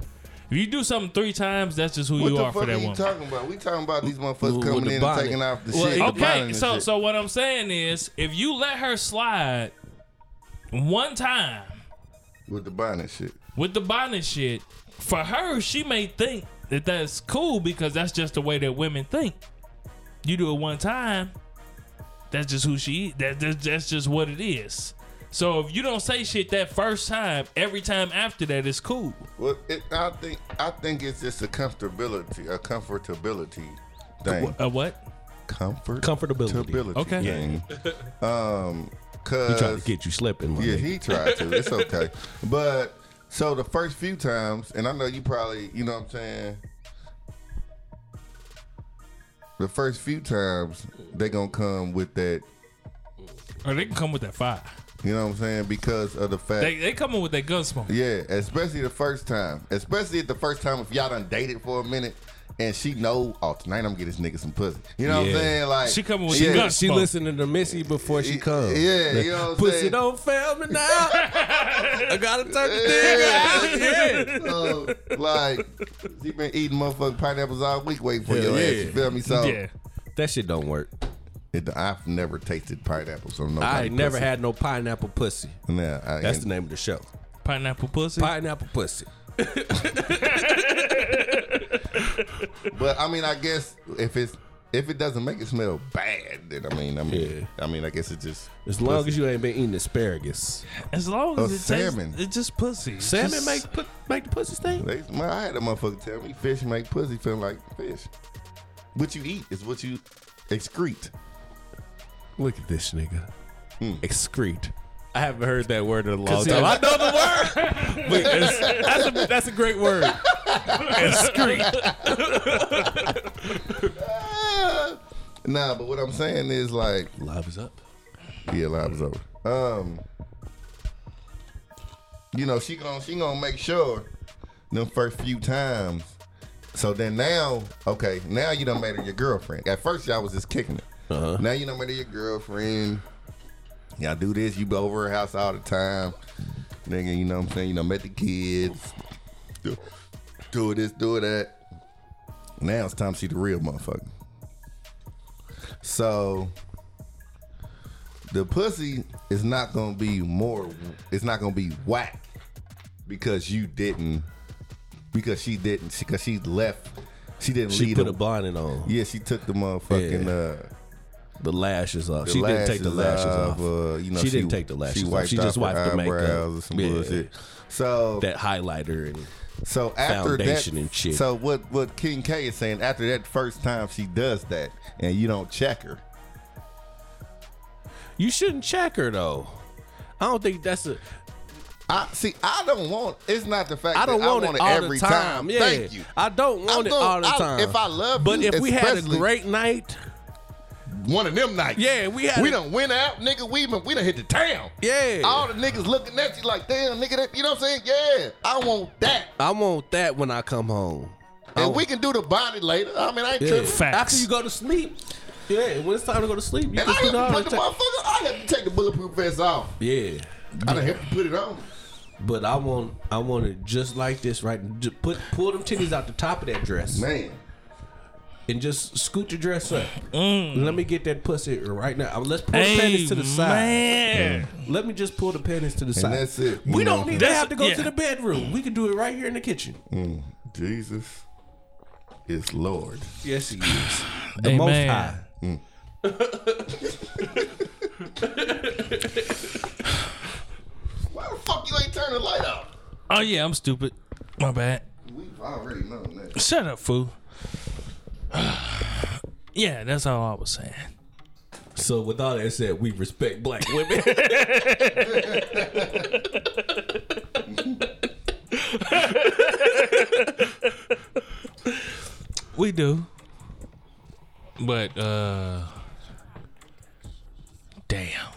C: If you do something three times, that's just who
D: What
C: you
D: the
C: are
D: fuck
C: for
D: are
C: that
D: you
C: woman.
D: talking about? We talking about these
A: With-
D: motherfuckers
A: with
D: coming
A: the
D: in
A: bonnet.
D: and taking off the
A: Well,
D: shit. the bonnet
C: okay,
D: and
C: so
D: shit.
C: so what I'm saying is if you let her slide one time
D: with the bonnet shit.
C: with the bonnet shit, for her, she may think that that's cool because that's just the way that women think. You do it one time, that's just who she. That, that that's just what it is. So if you don't say shit that first time, every time after that, it's cool.
D: Well, it, I think I think it's just a comfortability, a comfortability thing.
C: A what?
D: Comfort,
A: uh, Comfortability.
D: comfortability
C: Okay.
D: thing. Um,
A: He tried
D: cause
A: to get you slipping. My
D: yeah,
A: nigga.
D: he tried to. It's okay, but so the first few times, and I know you probably, you know what I'm saying. The first few times they gonna come with that,
C: Or Oh, they can come with that fire.
D: you know what I'm saying, because of the fact
C: They they coming with that gun smoke.
D: Yeah, especially the first time. Especially at the first time if y'all done dated for a minute and she know, oh, tonight I'm getting this nigga some pussy. You know what
A: Yeah.
D: I'm saying? Like
C: She coming with
A: She,
C: the
A: yeah,
C: gun
A: she
C: smoke.
A: listening to Missy before she
D: Yeah,
A: comes.
D: yeah, you know what I'm
A: Pussy
D: saying?
A: don't fail me now. I gotta turn the thing out. Yeah.
D: so, like she been eating motherfucking pineapples all week waiting for
A: Hell
D: your ass.
A: yeah.
D: You feel me? So
C: Yeah.
A: That shit don't work.
D: it, I've never tasted pineapples on nobody.
A: I ain't never
D: pussy.
A: had no pineapple pussy.
D: Nah, I
A: That's
D: ain't-
A: the name of the show.
C: Pineapple pussy.
A: Pineapple pussy.
D: But I mean, I guess if it's if it doesn't make it smell bad, then I mean, I mean, I mean, I guess it just
A: As long as you ain't been eating asparagus,
C: as long as
D: A
C: it
D: salmon.
C: Tastes, it's just pussy. It's
A: salmon
C: just-
A: make put, make the pussy stink.
D: They, man, I had a motherfucker tell me fish make pussy feel like fish. What you eat is what you excrete.
A: Look at this nigga.
D: Hmm.
A: Excrete. I haven't heard that word in a long
C: 'Cause it-
A: time. I know the word. But it's- that's, a, that's a great word. Excrete.
D: Ah. Nah, but what I'm saying is like,
A: Live is up.
D: yeah, live's over. Um, you know, she gonna she gonna make sure them first few times. So then now, okay, now you done made her your girlfriend. At first y'all was just kicking it.
A: Uh-huh.
D: Now you done made her your girlfriend. Y'all do this, you be over her house all the time. Nigga, you know what I'm saying? You know, met the kids. Do, do this, do that. Now it's time to see the real motherfucker. So the pussy is not gonna be more it's not gonna be whack because you didn't because she didn't she because she left she didn't
A: She
D: lead
A: put a
D: him.
A: bonnet on.
D: yeah she took the motherfucking
A: Yeah.
D: uh
A: The lashes off.
D: the
A: she didn't take the lashes off.
D: Uh, you know,
A: She didn't take the lashes
D: she
A: off.
D: wiped
A: She just
D: off
A: wiped
D: her
A: the makeup.
D: eyebrows or some
A: Yeah.
D: bullshit. So
A: That highlighter and
D: so after that,
A: foundation and shit.
D: so what what King K is saying after that first time she does that and you don't check her.
A: you shouldn't check her though. I don't think that's a.
D: I see. I don't want. It's not the fact.
A: I don't
D: that
A: want
D: I want
A: it all
D: every
A: the time. Yeah,
D: Thank you.
A: I don't want it
D: gonna-
A: all the
D: I-
A: time.
D: if I love
A: but
D: you,
A: if we had a
D: especially-
A: great night,
D: One of them nights.
A: Yeah, we had
D: We
A: a-
D: done went out, nigga. We done, we done hit the town.
A: Yeah.
D: All the niggas looking at you like, damn, nigga. That, you know what I'm saying? Yeah. I want that.
A: I want that when I come home. I
D: And
A: want-
D: we can do the body later. I mean, I ain't
A: yeah.
D: tripping.
C: Facts.
A: After you go to sleep, yeah. When it's time to go to sleep, you
D: And I
A: just
D: have
A: put
D: to
A: on
D: put the motherfucker. I have to take the bulletproof vest off.
A: Yeah,
D: I done have to put it on.
A: but I want I want it just like this, right? Just put pull them titties out the top of that dress
D: Man.
A: and just scoot the dress up. Let me get that pussy right now. Uh, Let's pull the panties
C: Mm. Hey,
A: to the side.
C: man.
A: Let me just pull the panties to the side.
D: that's it.
A: We
D: You
A: don't
D: know.
A: need to
C: That's-
A: have to go
C: yeah.
A: to the bedroom. We can do it right here in the kitchen.
D: Jesus is Lord.
A: Yes, he is. The
C: Amen.
A: Most High.
D: Why the fuck you ain't turn the light off?
C: Oh yeah, I'm stupid. My bad.
D: We've already known that.
C: Shut up, fool. yeah, that's all I was saying.
A: So with all that said, we respect black women.
C: We do. But uh damn.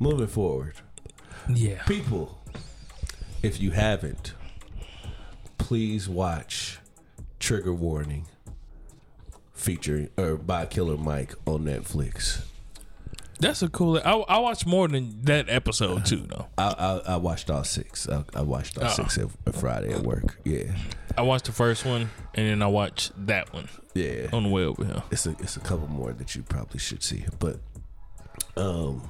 A: Moving forward,
C: Yeah.
A: people, if you haven't, please watch Trigger Warning featuring or by Killer Mike on Netflix.
C: That's a cool I I watched more than that episode too though.
A: I I, I watched all six. I, I watched all six at, at Friday at work. Yeah,
C: I watched the first one and then I watched that one
A: yeah.
C: on the way over here.
A: it's a it's a couple more that you probably should see. But um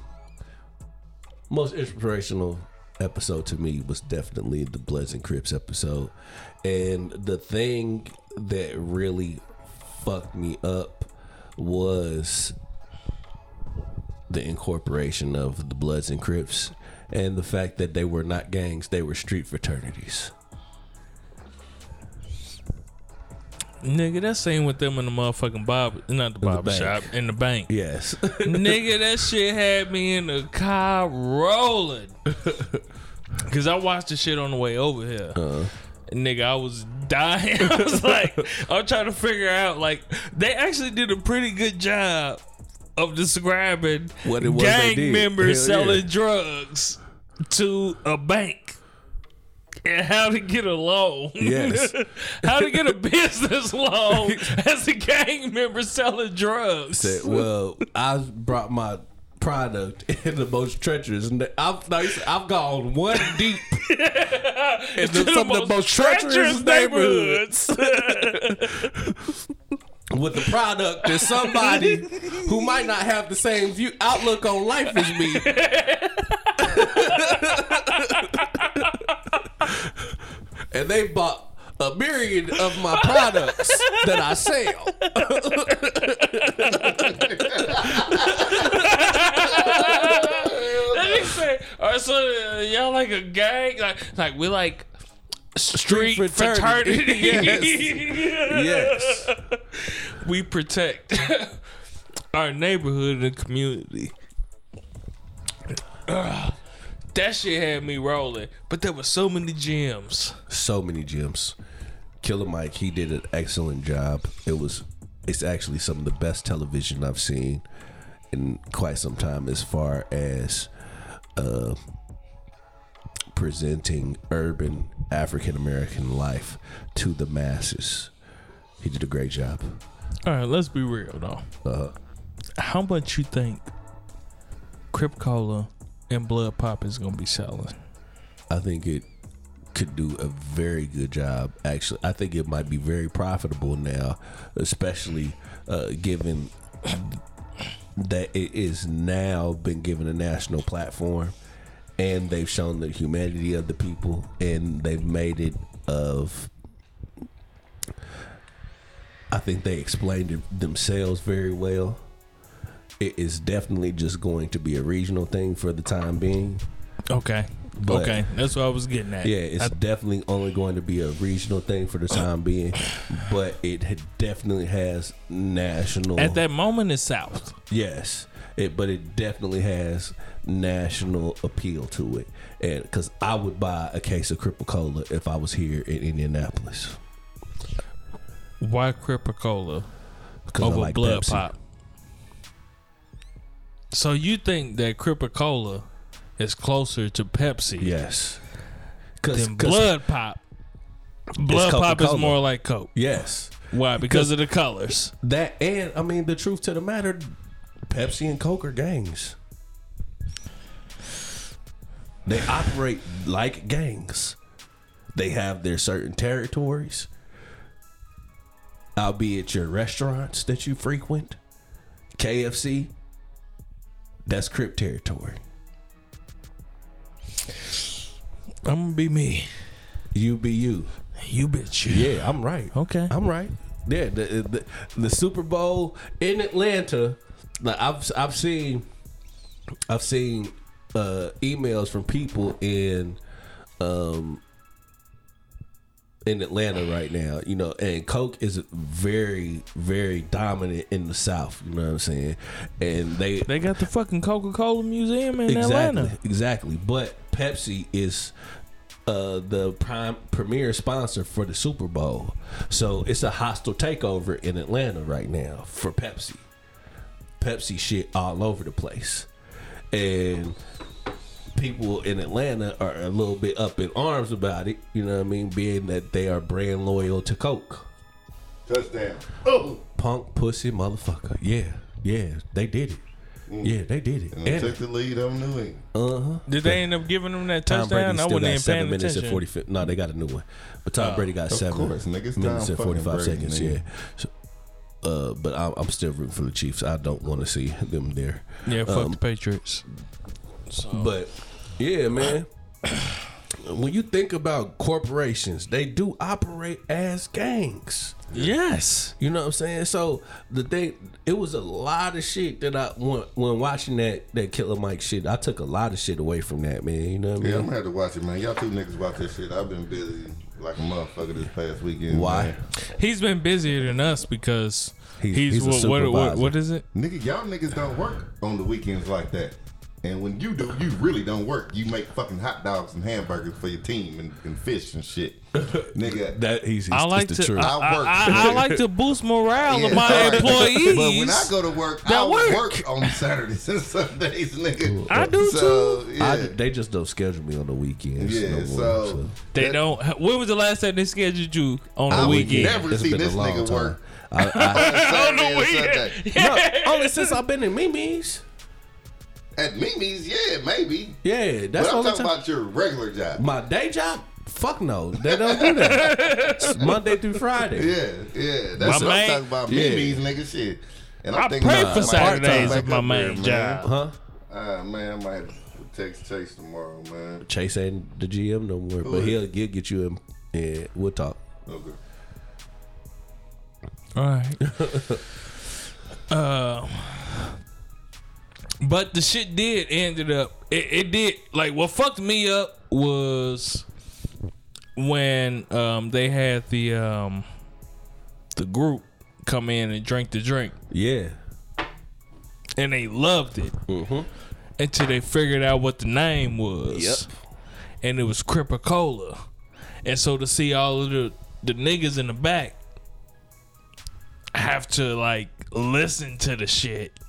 A: most inspirational episode to me was definitely the Bloods and Crips episode. And the thing that really fucked me up was the incorporation of the Bloods and Crips and the fact that they were not gangs, they were street fraternities.
C: Nigga, that scene with them in the motherfucking bob not the barber shop, in the bank.
A: Yes.
C: Nigga, that shit had me in the car rolling. Cause I watched the shit on the way over here.
A: Uh-huh.
C: Nigga, I was dying. I was like, I'm trying to figure out. Like, they actually did a pretty good job of describing
A: What it was
C: gang
A: they did.
C: members
A: Hell yeah.
C: selling drugs to a bank and how to get a loan.
A: Yes.
C: how to get a business loan as a gang member selling drugs.
A: said, "Well, I brought my product in the most treacherous. and I've no, he said, I've gone one deep in the, some of the most treacherous neighborhoods with the product that somebody who might not have the same view outlook on life as me." and they bought a myriad of my products that I sell.
C: That nigga say, "All right, so uh, y'all like a gang? Like, like we like street, fraternity?
A: fraternity." Yes.
C: we protect our neighborhood and community." Ugh. that shit had me rolling, but there were so many gems.
A: so many gems. Killer Mike, he did an excellent job. It was, it's actually some of the best television I've seen in quite some time, as far as uh, presenting urban African American life to the masses. He did a great job.
C: All right, let's be real though.
A: Uh,
C: How much you think Crip Cola and Blood Pop is gonna be selling?
A: I think it could do a very good job. Actually, I think it might be very profitable now, especially uh, given that it is now been given a national platform, and they've shown the humanity of the people, and they've made it of. I think they explained it themselves very well. It is definitely just going to be a regional thing for the time being.
C: Okay.
A: But-
C: okay, that's what I was getting at.
A: Yeah, it's
C: I-
A: definitely only going to be a regional thing for the time being, but it had- definitely has national.
C: at that moment it's South.
A: yes, it but it definitely has national appeal to it, and because I would buy a case of Cripple Cola if I was here in Indianapolis
C: Why Crippa Cola
A: because
C: over Blood Pop? So you think that Crippa Cola is closer to Pepsi
A: Yes, because
C: than Blood Pop? Blood Pop is
A: Coca-Cola.
C: more like Coke.
A: Yes,
C: Why? Because of the colors.
A: that and I mean the truth to the matter, Pepsi and Coke are gangs. They operate like gangs. They have their certain territories, albeit your restaurants that you frequent, KFC. That's Crip territory.
C: I'm gonna be me.
A: You be you.
C: You bitch.
A: Yeah, I'm right.
C: Okay.
A: I'm right. Yeah, the, the the Super Bowl in Atlanta. Like I've I've seen, I've seen uh, emails from people in, um, in Atlanta right now. You know, and Coke is very very dominant in the South. You know what I'm saying? And they
C: They got the fucking Coca Cola Museum in
A: exactly,
C: Atlanta.
A: Exactly. But Pepsi is uh, the prime premier sponsor for the Super Bowl. So it's a hostile takeover in Atlanta right now for Pepsi. Pepsi shit all over the place. And people in Atlanta are a little bit up in arms about it, you know what I mean, being that they are brand loyal to Coke.
D: Touchdown. Oh.
A: Punk pussy motherfucker. Yeah. Yeah, they did it. Yeah, they did it.
D: Mm. And they took the lead on New England.
C: Did they end up giving them that
A: Tom Brady
C: touchdown? I
A: still
C: wasn't
A: got
C: even paying
A: seven minutes
C: attention. Oh.
A: and forty five. No, they got a new one, but Tom Brady got seven
D: course, nigga, it's
A: minutes
D: Tom
A: and forty five
D: fucking Brady,
A: seconds.
D: nigga.
A: Yeah, so, uh, but I'm, I'm still rooting for the Chiefs. I don't want to see them there.
C: Yeah, fuck
A: Um,
C: the Patriots. Oh.
A: But yeah, man. When you think about corporations, they do operate as gangs.
C: Yes.
A: You know what I'm saying? So the thing, it was a lot of shit that I when, when watching that that Killer Mike shit. I took a lot of shit away from that man. You know what I mean?
D: Yeah, I'm gonna have to watch it, man. Y'all two niggas watch that shit. I've been busy like a motherfucker this past weekend.
A: Why?
D: man.
C: He's been busier than us because
A: He's-
C: he's,
A: he's
C: what,
A: a
C: what, what,
A: supervisor.
C: what is it?
D: Nigga, y'all niggas don't work on the weekends like that. And when you do, you really don't work. You make fucking hot dogs and hamburgers for your team and, and fish and shit. Nigga.
A: That he's, he's
C: I like
A: it's the
C: to
A: truth.
C: I,
D: I work.
C: I- I- I like to boost morale
D: Yeah,
C: of my
D: sorry.
C: employees.
D: But when I go to work,
C: that
D: I work.
C: work.
D: on Saturdays and Sundays, nigga.
C: I do
D: so, Yeah,
A: I, they just don't schedule me on the weekends.
D: yeah.
A: no more,
D: so,
A: so.
C: they don't. When was the last time they scheduled you on
D: I
C: the
D: would
C: weekend?
D: never
A: It's
D: see
A: been a
D: this
A: long
D: nigga
A: time.
D: work
A: I,
D: Saturday
C: the
D: and
C: weekend.
D: Sunday.
A: I, no, only since I've been in Mimi's.
D: At Mimi's, yeah, maybe.
A: Yeah, that's
D: But
A: the
D: I'm
A: only
D: talking
A: time.
D: about your regular job.
A: My day job? Fuck no, they don't do that. It's Monday through Friday.
D: Yeah, yeah. That's
C: My
D: what I'm
C: man-
D: talking about.
A: Yeah.
D: Memes, nigga, shit. And
C: I
D: think
C: pray
D: about
C: for
D: it. I might have to
C: Saturdays of
D: come back
C: my
D: up
C: main
D: here,
C: job.
A: Huh?
D: Man. Uh, man, I might have to text Chase tomorrow, man.
A: Chase ain't the GM no more, but
D: is?
A: he'll, he'll get you in. Yeah, we'll talk.
D: Okay.
C: All right. uh, but the shit did ended up. It, it did. Like what fucked me up was when um they had the um the group come in and drink the drink,
A: Yeah.
C: and they loved it
D: Mm-hmm.
C: until they figured out what the name was. And it was Crippa Cola. And so to see all of the, the niggas in the back have to like listen to the shit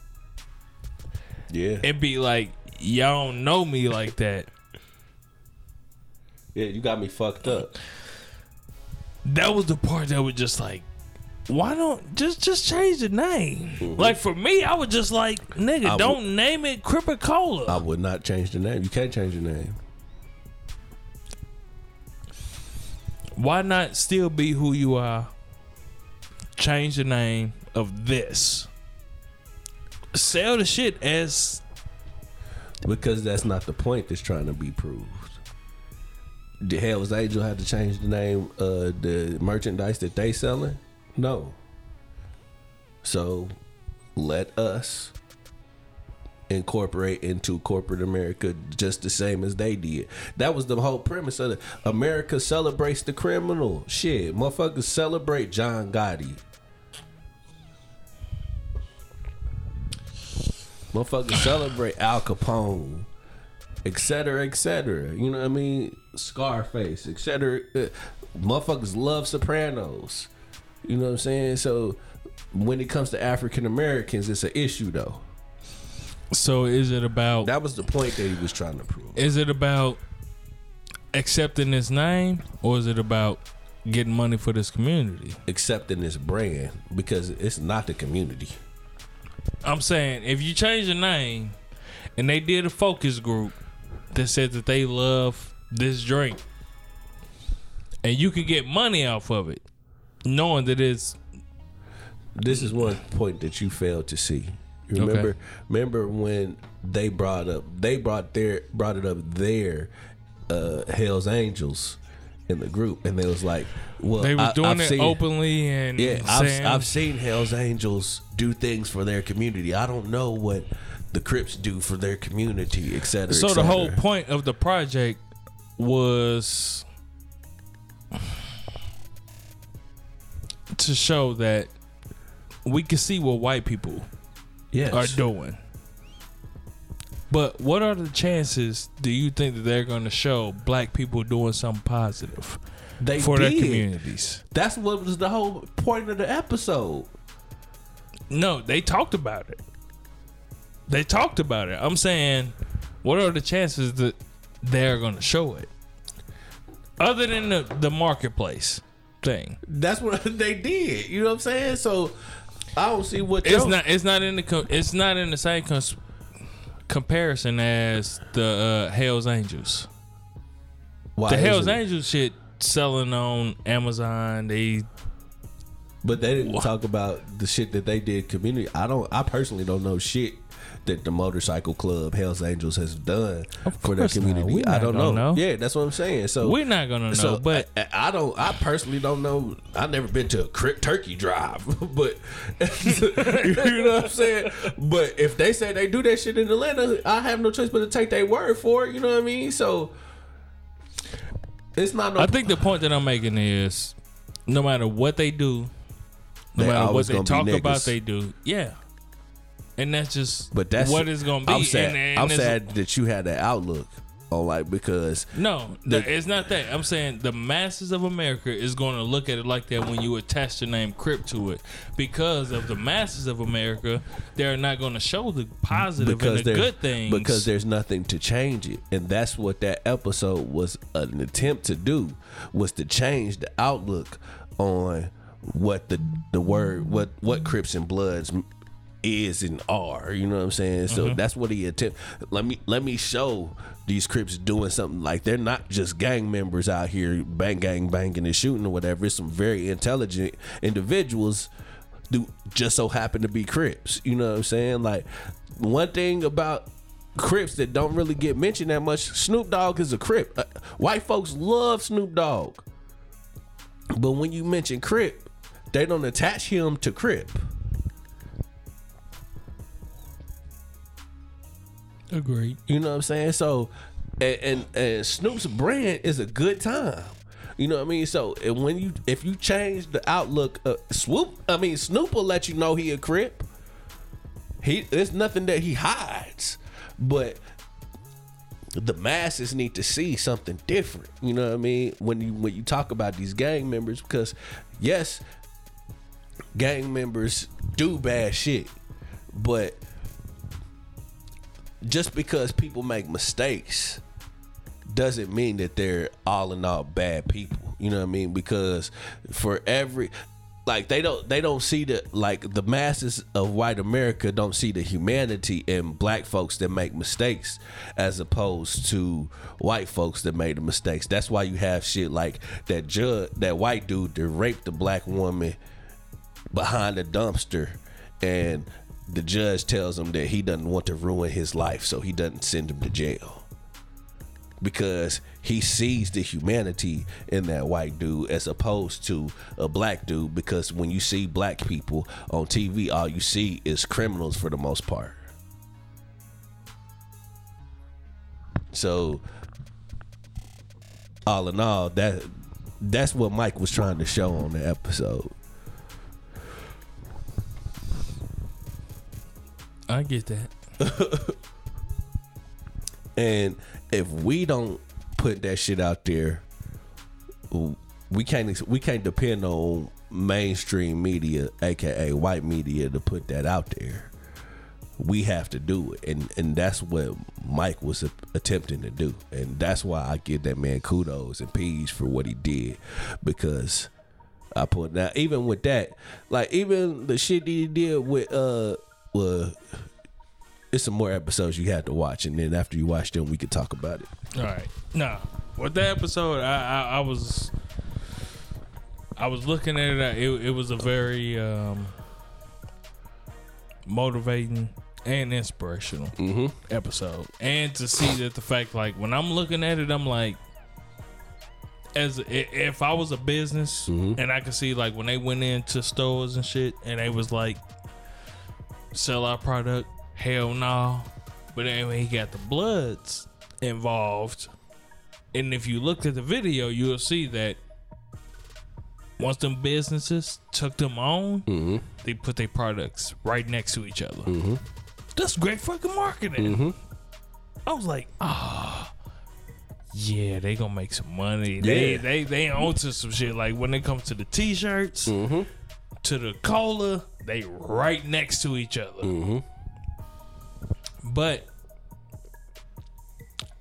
A: Yeah.
C: and be like, y'all don't know me like that.
A: Yeah, you got me fucked up.
C: That was the part that was just like, why don't just just change the name? Like for me, I was just like, nigga,
A: I
C: don't name it Crippa Cola.
A: I would not change the name. You can't change the name.
C: why not still be who you are? Change the name of this. Sell the shit as
A: Because that's not the point that's trying to be proved. The Hell's Angel had to change the name of the merchandise that they selling? No. So let us incorporate into corporate America just the same as they did. That was the whole premise of it. America celebrates the criminal. Shit, motherfuckers celebrate John Gotti. Motherfuckers celebrate Al Capone, et cetera, et cetera. You know what I mean? Scarface, et cetera. Uh, Motherfuckers love Sopranos. You know what I'm saying? So when it comes to African Americans, it's an issue though.
C: so is it about
A: That was the point that he was trying to prove.
C: is it about accepting this name or is it about getting money for this community?
A: Accepting this brand because it's not the community.
C: I'm saying if you change the name and they did a focus group that said that they love this drink and you could get money off of it knowing that it's
A: This is one point that you failed to see. You Remember, remember when they brought up they brought their brought it up their uh, Hell's Angels in the group, and they was like, "Well,
C: They were
A: I,
C: doing
A: I've
C: it
A: seen,
C: openly and
A: Yeah,
C: saying-
A: I've, I've seen Hell's Angels do things for their community. I don't know what the Crips do for their community, et cetera.
C: so
A: et
C: the
A: cetera.
C: whole point of the project was to show that we can see what white people
A: yes.
C: are doing. But what are the chances do you think that they're going to show black people doing something positive
A: they
C: for
A: did.
C: their communities?
A: That's what was the whole point of the episode.
C: No, they talked about it. They talked about it. I'm saying, what are the chances that they're going to show it? Other than the, the marketplace thing,
A: That's what they did. You know what I'm saying? So I don't see what
C: it's
A: your-
C: not. It's not in the. Com- it's not in the same cons- comparison as the uh, Hell's Angels.
A: Why
C: The
A: isn't
C: Hell's
A: it?
C: Angels shit selling on Amazon. They
A: But they didn't talk about the shit that they did community. I don't. I personally don't know shit that the motorcycle club Hell's Angels has done for their
C: course not.
A: community.
C: We
A: I
C: not
A: don't know.
C: gonna know.
A: Yeah, that's what I'm saying. So
C: we're not gonna know,
A: So,
C: but
A: I, I don't. I personally don't know. I've never been to a cri- turkey drive, but you know what I'm saying. But if they say they do that shit in Atlanta, I have no choice but to take their word for it. You know what I mean? So it's not. No
C: I think the point that I'm making is, no matter what they do, no
A: They
C: matter
A: always
C: what they
A: gonna be
C: talk
A: niggas.
C: about, they do, yeah. And that's just
A: But that's
C: what it's gonna be.
A: I'm sad.
C: And- and
A: I'm
C: it's-
A: sad that you had that outlook on like because
C: No,
A: The-
C: th- it's not that. I'm saying the masses of America is going to look at it like that when you attach the name Crip to it, because of the masses of America, they're not going to show the positive and
A: because
C: the
A: there's
C: good things.
A: because there's nothing to change it, and that's what that episode was an attempt to do was to change the outlook on what the the word what what Crips and Bloods is and are. You know what I'm saying? So that's what he attempt. Let me let me show these Crips doing something like they're not just gang members out here bang gang banging and shooting or whatever. It's some very intelligent individuals do just so happen to be Crips. You know what I'm saying? Like one thing about Crips that don't really get mentioned that much. Snoop Dogg is a Crip. Uh, white folks love Snoop Dogg, but when you mention Crip, they don't attach him to Crip.
C: agreed.
A: You know what I'm saying? So, and, and and Snoop's brand is a good time. You know what I mean? So, and when you if you change the outlook, uh, swoop. I mean, Snoop will let you know he a crip. He there's nothing that he hides, but the masses need to see something different. You know what I mean? When you when you talk about these gang members, because yes, gang members do bad shit, but just because people make mistakes doesn't mean that they're all in all bad people. You know what I mean? Because for every like they don't they don't see the like the masses of white America don't see the humanity in black folks that make mistakes as opposed to white folks that made the mistakes. That's why you have shit like that judge that white dude that raped the black woman behind a dumpster and the judge tells him that he doesn't want to ruin his life so he doesn't send him to jail because he sees the humanity in that white dude as opposed to a black dude because when you see black people on TV all you see is criminals for the most part so all in all that that's what Mike was trying to show on the episode
C: I get that.
A: And if we don't put that shit out there, we can't ex- we can't depend on mainstream media, aka white media, to put that out there. We have to do it, and and that's what Mike was a- attempting to do, and that's why I give that man kudos and peas for what he did, because I put now even with that, like even the shit that he did with uh, well, it's some more episodes you have to watch, and then after you watch them, we could talk about it.
C: All right. Nah. With that episode, I, I, I was I was looking at it. I- It, it was a very um, motivating and inspirational episode. And to see that the fact, like when I'm looking at it, I'm like, as i- if I was a business and I could see like when they went into stores and shit and they was like sell our product, hell no. But then when he got the bloods involved, and if you looked at the video, you'll see that once them businesses took them on, they put their products right next to each other. That's great fucking marketing. I was like, ah, yeah, they gonna make some money. They
A: Yeah.
C: they they own to some shit. Like when it comes to the t-shirts, to the cola, they right next to each other. But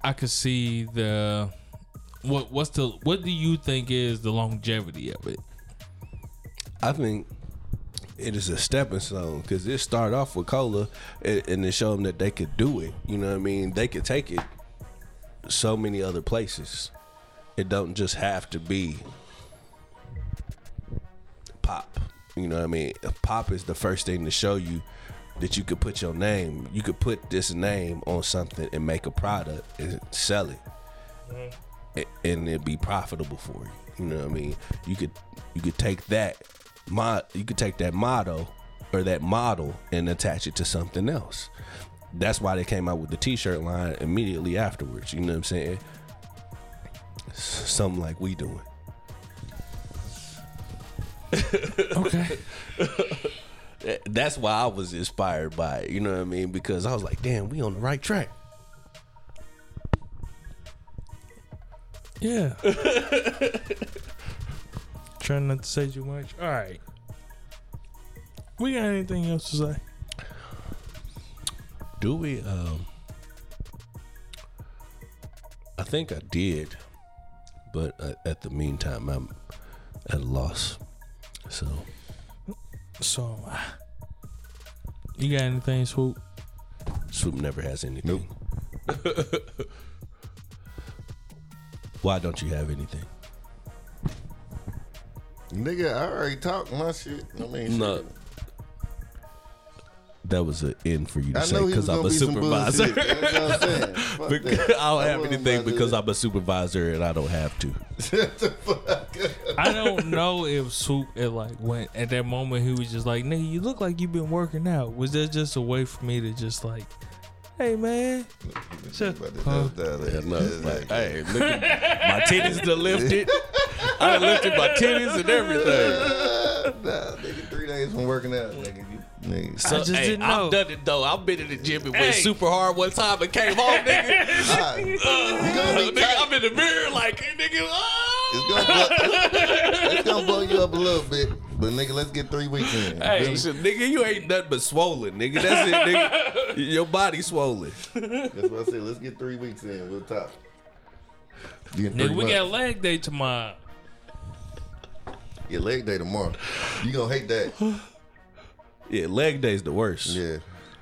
C: I could see the what what's the what do you think is the longevity of it?
A: I think it is a stepping stone because it start off with cola and, and it showed them that they could do it. You know what I mean? They could take it so many other places. It don't just have to be pop. You know what I mean? Pop is the first thing to show you that you could put your name, you could put this name on something and make a product and sell it a- and it'd be profitable for you. You know what I mean? You could you could take that mod you could take that motto or that model and attach it to something else. That's why they came out with the t-shirt line immediately afterwards. You know what I'm saying? S- Something like we doing.
C: Okay.
A: Th- That's why I was inspired by it. You know what I mean? Because I was like, damn, we on the right track.
C: Yeah. Trying not to say too much. All right. We got anything else to say?
A: Do we? Um, I think I did, but uh, at the meantime, I'm at a loss. So
C: So, uh, you got anything, Swoop?
A: Swoop never has anything. Why don't you have anything?
D: Nigga, I already talked my shit. I mean,
A: No.
D: shit.
A: That was an end for you to
D: I
A: say
D: know he was
A: because
D: gonna
A: I'm a
D: be
A: supervisor.
D: Some bullshit. That's what I'm saying. Fuck
A: Because
D: that.
A: I don't
D: That
A: have
D: wasn't
A: anything
D: about
A: because
D: that.
A: I'm a supervisor and I don't have to.
C: I don't know if Swoop at like went at that moment he was just like, nigga, you look like you've been working out. Was that just a way for me to just like, hey man, shut
D: But
C: up.
D: that- that- that-
A: And I
D: that-
A: was like, hey, look at my titties to lift it. I done lifted my titties and everything.
D: Nah, nigga, three days from working out, nigga. You, nigga.
A: So,
C: I just
A: hey,
C: didn't know.
A: I've done it though. I've been in the gym and went
C: Hey.
A: super hard one time and came home, nigga.
D: Nah, it's gonna be
A: nigga
D: tight.
A: I'm in the mirror like, nigga, oh.
D: It's gonna, blow, it's gonna blow you up a little bit, but nigga, let's get three weeks in.
A: Hey, shit, nigga, you ain't nothing but swollen, nigga. That's it, nigga. Your body swollen.
D: That's what I said. Let's get three weeks in. We'll talk. You in three
C: Nigga, we
D: months.
C: got leg day tomorrow.
D: your leg day tomorrow. You gonna hate that?
A: Yeah, leg day's the worst.
D: Yeah.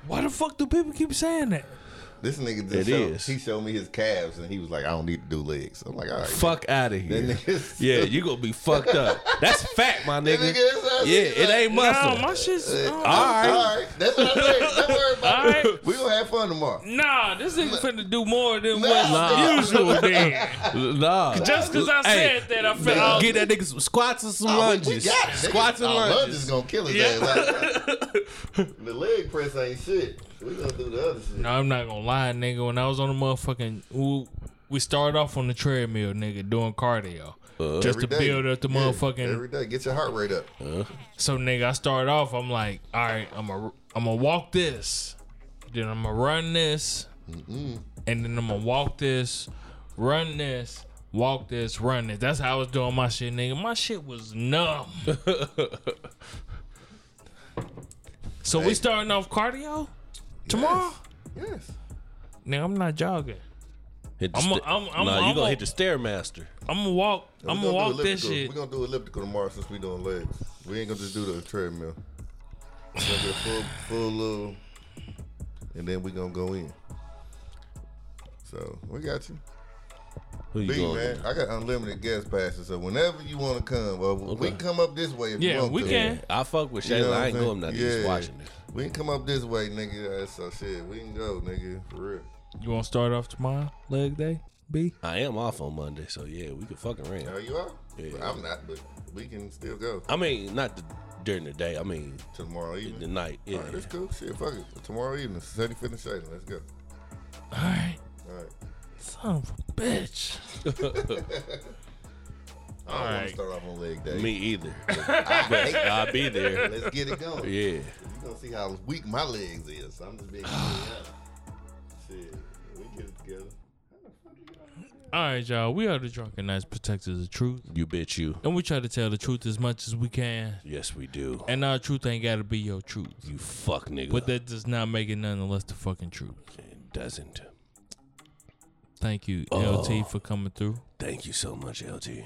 C: Why the fuck do people keep saying that?
D: This nigga
A: It
D: just showed,
A: is.
D: he showed me his calves and he was like, I don't need to do legs. I'm like, all right.
A: Fuck out of
D: That
A: here.
D: nigga's-
A: Yeah, you gonna be fucked up. That's fat, my
D: That
A: nigga.
D: nigga is- that's- Uh,
A: Yeah, it ain't muscle.
C: No, Oh, my shit's. uh,
D: All
C: no.
D: right.
A: right.
D: All right. That's what I said. Don't worry about
C: All
D: it. We gonna have fun tomorrow.
C: Nah, this nigga finna do more than
D: No.
C: what's
D: Nah.
C: usual. Then
A: Nah.
C: just because I
A: Hey,
C: said that, I felt. I was-
A: Get that nigga some squats and some
D: Uh, Oh, we- we
A: lunges.
D: got it, nigga.
A: Squats and
D: Oh,
A: lunges.
D: is gonna kill his ass. Like, the leg press ain't shit. We gonna do the other shit.
C: No, I'm not gonna lie, nigga. When I was on the motherfucking, we- we started off on the treadmill, nigga, doing cardio, just to
D: Uh, Every day.
C: build up the
D: Yeah,
C: motherfucking.
D: every day. Get your heart rate up.
C: so, nigga, I started off. I'm like, all right, I'm a, I'm gonna walk this, then I'm gonna run this,
D: Mm-hmm.
C: and then I'm gonna walk this, run this, walk this, run this. That's how I was doing my shit, nigga. My shit was numb. so we starting off cardio tomorrow.
D: Yes.
C: Nigga, I'm not jogging.
A: Hit the
C: I'm a-
A: sta-
C: I'm- I'm-
A: nah,
C: I'm
A: you gonna
C: a-
A: hit the stairmaster.
C: I'm gonna walk. I'm
D: We
C: gonna walk
D: do
C: this
D: elliptical.
C: shit.
D: We're gonna do elliptical tomorrow since we doing legs. We ain't gonna just do the treadmill. We're gonna do a full, full little, and then we gonna go in. So we got you.
A: Who you
D: Big
A: going
D: man,
A: with?
D: I got unlimited guest passes, so whenever you want to come, or we can come up this way if you
C: Yeah,
D: want
C: we
D: to.
C: can.
A: I fuck with
D: You know
A: Shayla.
D: what
A: I ain't
D: I'm
A: going nothing.
D: saying?
A: Just
D: Yeah.
A: watching it.
D: We can come up this way, nigga. That's so shit. We can go, nigga, for real.
C: You wanna start off tomorrow, leg day?
F: B? I am off on Monday, so yeah, we could fucking ring.
D: No, you are.
A: Yeah.
D: I'm not, but we can still go
F: I mean, not the, during the day. I mean,
D: tomorrow evening.
F: the night. Yeah.
D: All right, that's cool. Shit, fuck it. Tomorrow evening, Sunny Fitness Shading. Let's go.
C: All right,
D: All right.
C: son of a bitch.
D: I don't want
C: right.
D: to start off on leg day.
A: Me either. but I'll be there.
D: Let's get it going.
A: Yeah.
D: You're going to see how weak my legs is. I'm just being honest. Shit. We get it together.
C: All right, y'all. We are the Drunken Knights Protectors of Truth,
A: You bitch you.
C: and we try to tell the truth as much as we can.
A: Yes, we do.
C: And our truth ain't gotta be your truth,
A: You fuck nigga.
C: but that does not make it none the less the fucking truth.
A: It doesn't.
C: Thank you,
D: Oh.
C: LT, for coming through,
A: Thank you so much, LT.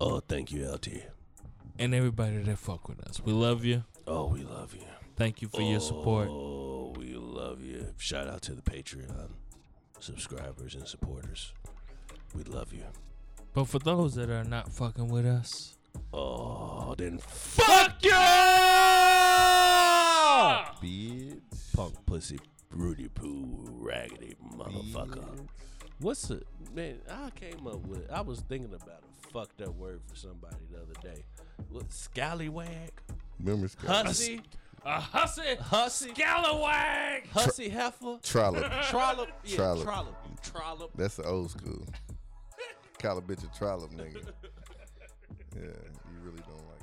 A: Oh, thank you, LT.
C: and everybody that fuck with us. We love you.
A: Oh, we love you.
C: Thank you for your support.
A: Oh, we love you. Shout out to the Patreon subscribers and supporters. We love you.
C: But for those that are not fucking with us,
A: Oh, then f-
C: fuck you!
D: Bitch.
A: punk pussy Rudy Poo raggedy motherfucker. What's the man? I came up with. I was thinking about a fucked up word for somebody the other day. What scallywag,
D: Remember, Scott?
A: hussy,
C: A hussy,
A: hussy,
C: gallowag.
A: hussy heifer,
D: Trollop.
A: trollop, yeah,
D: Trollop.
A: trollop, you trollop.
D: That's the old school. Call a bitch a trollop, nigga. Yeah, you really don't like